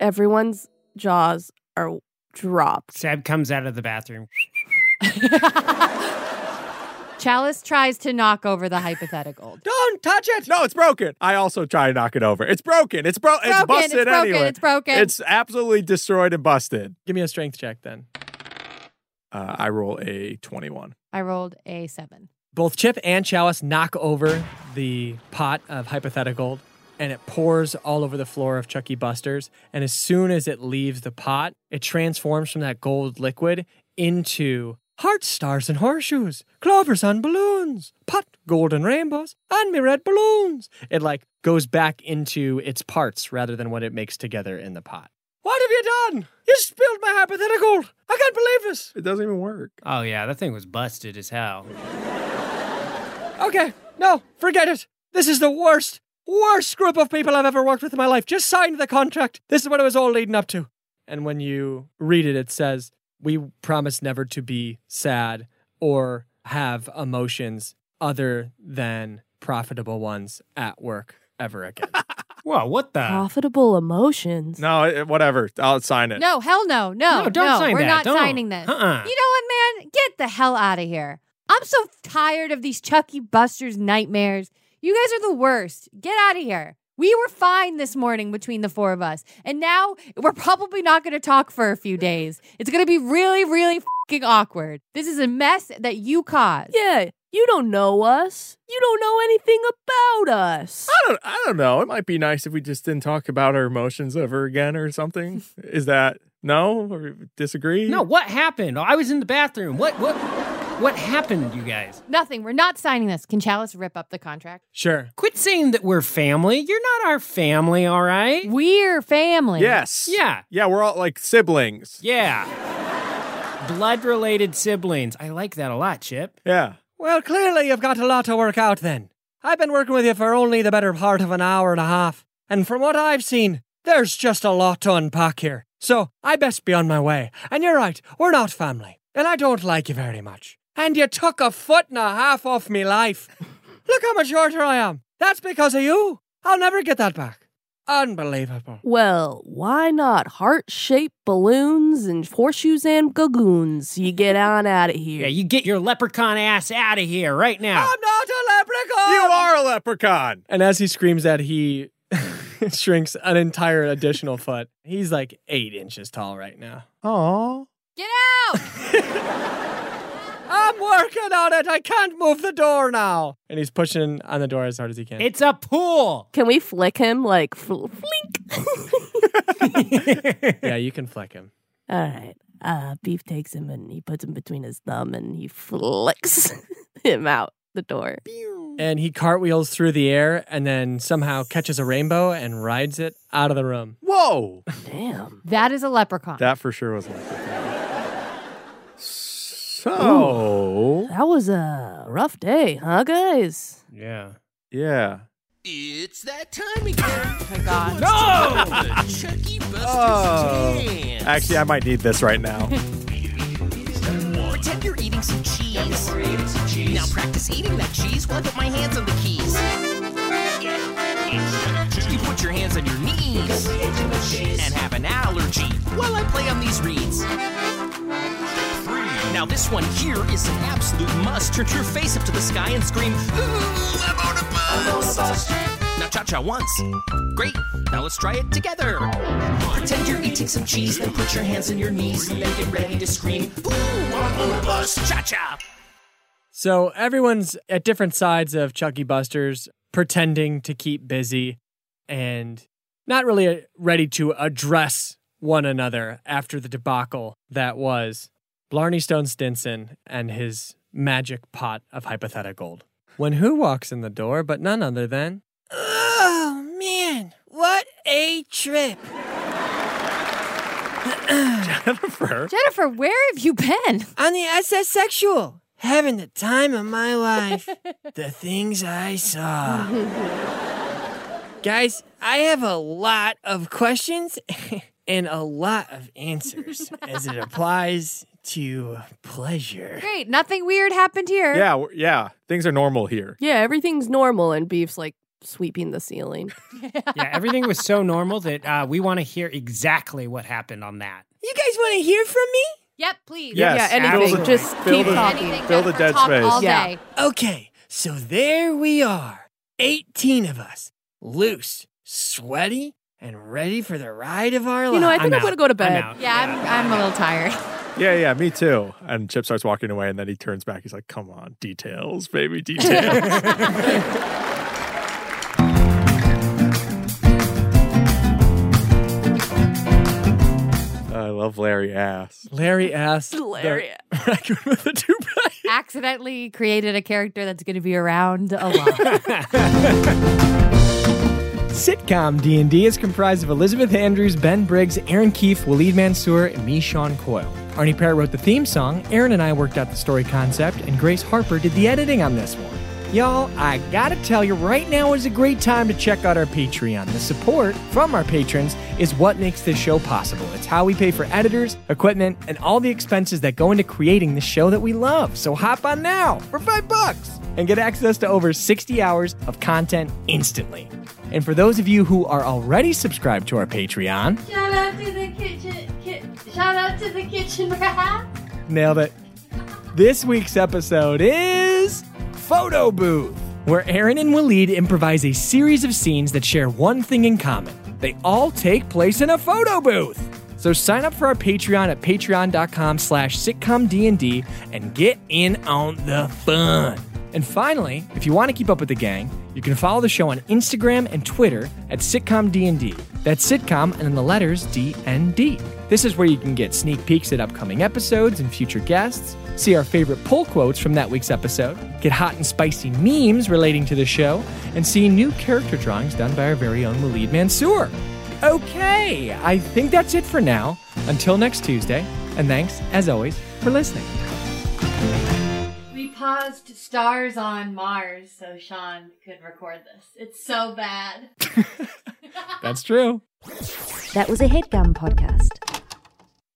Speaker 3: Everyone's jaws are dropped.
Speaker 2: Seb comes out of the bathroom.
Speaker 9: Chalice tries to knock over the hypothetical.
Speaker 4: Don't touch it. No, it's broken. I also try to knock it over. It's broken. It's bro. It's
Speaker 9: Broken.
Speaker 4: busted
Speaker 9: It's broken.
Speaker 4: anyway.
Speaker 9: It's broken.
Speaker 4: It's absolutely destroyed and busted.
Speaker 5: Give me a strength check then.
Speaker 4: Uh, I roll a twenty-one.
Speaker 9: I rolled a seven.
Speaker 5: Both Chip and Chalice knock over the pot of hypothetical, and it pours all over the floor of Chucky Buster's. And as soon as it leaves the pot, it transforms from that gold liquid into heart stars and horseshoes, clovers and balloons, pot golden rainbows, and me red balloons. It like goes back into its parts rather than what it makes together in the pot. What have you done? You spilled my hypothetical. I can't believe this.
Speaker 4: It doesn't even work.
Speaker 2: Oh yeah, that thing was busted as hell.
Speaker 5: Okay, no, forget it. This is the worst, worst group of people I've ever worked with in my life. Just sign the contract. This is what it was all leading up to. And when you read it, it says, We promise never to be sad or have emotions other than profitable ones at work ever again.
Speaker 2: Whoa, what the?
Speaker 3: Profitable emotions.
Speaker 4: No, it, whatever. I'll sign it.
Speaker 9: No, hell no, no,
Speaker 2: No, don't sign
Speaker 9: we're
Speaker 2: that.
Speaker 9: not
Speaker 2: Don't.
Speaker 9: signing this.
Speaker 2: Uh-uh.
Speaker 9: You know what, man? Get the hell out of here. I'm so tired of these Chucky Buster's nightmares. You guys are the worst. Get out of here. We were fine this morning between the four of us, and now we're probably not going to talk for a few days. It's going to be really, really fucking awkward. This is a mess that you caused.
Speaker 3: Yeah, you don't know us. You don't know anything about us.
Speaker 4: I don't. I don't know. It might be nice if we just didn't talk about our emotions ever again or something. Is that no? Or disagree?
Speaker 2: No, what happened? Oh, I was in the bathroom. What what what happened, you guys?
Speaker 9: Nothing. We're not signing this. Can Chalice rip up the contract?
Speaker 5: sure.
Speaker 2: Quit saying that we're family. You're not our family, all right?
Speaker 9: We're family.
Speaker 4: Yes.
Speaker 2: Yeah.
Speaker 4: Yeah. We're all like siblings.
Speaker 2: Yeah. Blood related siblings. I like that a lot, Chip.
Speaker 4: Yeah.
Speaker 5: Well, clearly you've got a lot to work out then. I've been working with you for only the better part of an hour and a half, and from what I've seen, there's just a lot to unpack here. So I best be on my way. And you're right, we're not family, and I don't like you very much. And you took a foot and a half off me life. Look how much shorter I am. That's because of you. I'll never get that back. Unbelievable.
Speaker 3: Well, why not heart shaped balloons and horseshoes and gagoons? You get on out of here.
Speaker 2: Yeah, you get your leprechaun ass out of here right now.
Speaker 5: I'm not a leprechaun.
Speaker 4: You are a leprechaun.
Speaker 5: And as he screams that, he shrinks an entire additional foot. He's like eight inches tall right now.
Speaker 4: Oh.
Speaker 9: Get out.
Speaker 5: I'm working on it. I can't move the door now. And he's pushing on the door as hard as he can.
Speaker 2: It's a pool.
Speaker 3: Can we flick him like fl- flink?
Speaker 5: yeah, you can flick him.
Speaker 3: All right. Uh, Beef takes him and he puts him between his thumb and he flicks him out the door.
Speaker 5: And he cartwheels through the air and then somehow catches a rainbow and rides it out of the room.
Speaker 4: Whoa.
Speaker 3: Damn.
Speaker 9: That is a leprechaun.
Speaker 4: That for sure was a leprechaun. So
Speaker 3: That was a a rough day, huh, guys?
Speaker 12: Yeah.
Speaker 4: Yeah.
Speaker 1: It's that time again.
Speaker 9: Oh my God.
Speaker 12: No!
Speaker 1: Chucky Buster's
Speaker 4: Oh.
Speaker 1: can.
Speaker 4: Actually, I might need this right now.
Speaker 1: Pretend you're eating some cheese. Now practice eating that cheese while I put my hands on the keys. You put your hands on your knees and have an allergy while I play on these reeds. Now this one here is an absolute must. Turn your face up to the sky and scream, Ooh, I'm on a bus. Now cha-cha once. Great. Now let's try it together. Pretend you're eating some cheese, then put your hands on your knees, and then get ready to scream, Ooh, I'm on a bus. Cha-cha.
Speaker 2: So everyone's at different sides of Chucky Busters, pretending to keep busy and not really uh, ready to address one another after the debacle that was Blarney Stone Stinson and his magic pot of hypothetical. When who walks in the door but none other than
Speaker 13: Oh, man. What a trip.
Speaker 4: Jennifer.
Speaker 9: Jennifer, where have you been?
Speaker 13: I'm the SS sexual. Having the time of my life. the things I saw. Guys, I have a lot of questions and a lot of answers as it applies to pleasure.
Speaker 9: Great. Nothing weird happened here.
Speaker 4: Yeah, w- yeah. Things are normal here.
Speaker 3: Yeah, everything's normal, and Beef's like sweeping the ceiling.
Speaker 12: Yeah. Everything was so normal that uh, we want to hear exactly what happened on that.
Speaker 13: You guys want to hear from me?
Speaker 9: Yep, please.
Speaker 4: Yes.
Speaker 3: yeah, anything.
Speaker 4: Fill the-
Speaker 3: Just
Speaker 4: fill
Speaker 3: keep
Speaker 4: the-
Speaker 3: talking.
Speaker 9: Anything
Speaker 4: Fill the
Speaker 9: Jennifer,
Speaker 4: dead
Speaker 9: talk
Speaker 4: space.
Speaker 9: All
Speaker 3: Yeah.
Speaker 9: day.
Speaker 13: Okay, so there we are. 18 of us. Loose, sweaty, and ready for the ride of our life.
Speaker 3: You know, I think I'm,
Speaker 12: out.
Speaker 3: gonna go to
Speaker 12: I'm
Speaker 3: bed.
Speaker 12: out.
Speaker 9: Yeah, I'm, I'm a little tired.
Speaker 4: Yeah, yeah, me too. And Chip starts walking away, and then he turns back. He's like, "Come on, details, baby, details." I love Larry ass.
Speaker 2: Larry asked
Speaker 3: Larry
Speaker 2: the raccoon with the two
Speaker 9: Accidentally created a character that's going to be around a lot.
Speaker 5: Sitcom D&D is comprised of Elizabeth Andrews, Ben Briggs, Aaron Keefe, Waleed Mansour, and me, Sean Coyle. Arnie Parrott wrote the theme song, Aaron and I worked out the story concept, and Grace Harper did the editing on this one. Y'all, I gotta tell you, right now is a great time to check out our Patreon. The support from our patrons is what makes this show possible. It's how we pay for editors, equipment, and all the expenses that go into creating the show that we love. So hop on now for five bucks and get access to over 60 hours of content instantly. And for those of you who are already subscribed to our Patreon,
Speaker 14: Shout out to the kitchen. Ki- shout out to the kitchen rat.
Speaker 5: nailed it. This week's episode is Photo Booth, where Aaron and Waleed improvise a series of scenes that share one thing in common. They all take place in a photo booth. So sign up for our Patreon at patreon.com slash sitcomdnd and get in on the fun. And finally, if you want to keep up with the gang, you can follow the show on Instagram and Twitter at sitcomdnd. That's sitcom and then the letters DND. This is where you can get sneak peeks at upcoming episodes and future guests, see our favorite poll quotes from that week's episode, get hot and spicy memes relating to the show, and see new character drawings done by our very own Waleed Mansour. Okay, I think that's it for now. Until next Tuesday, and thanks, as always, for listening.
Speaker 14: We paused stars on Mars so Sean could record this. It's so bad.
Speaker 5: That's true.
Speaker 15: That was a headgum podcast.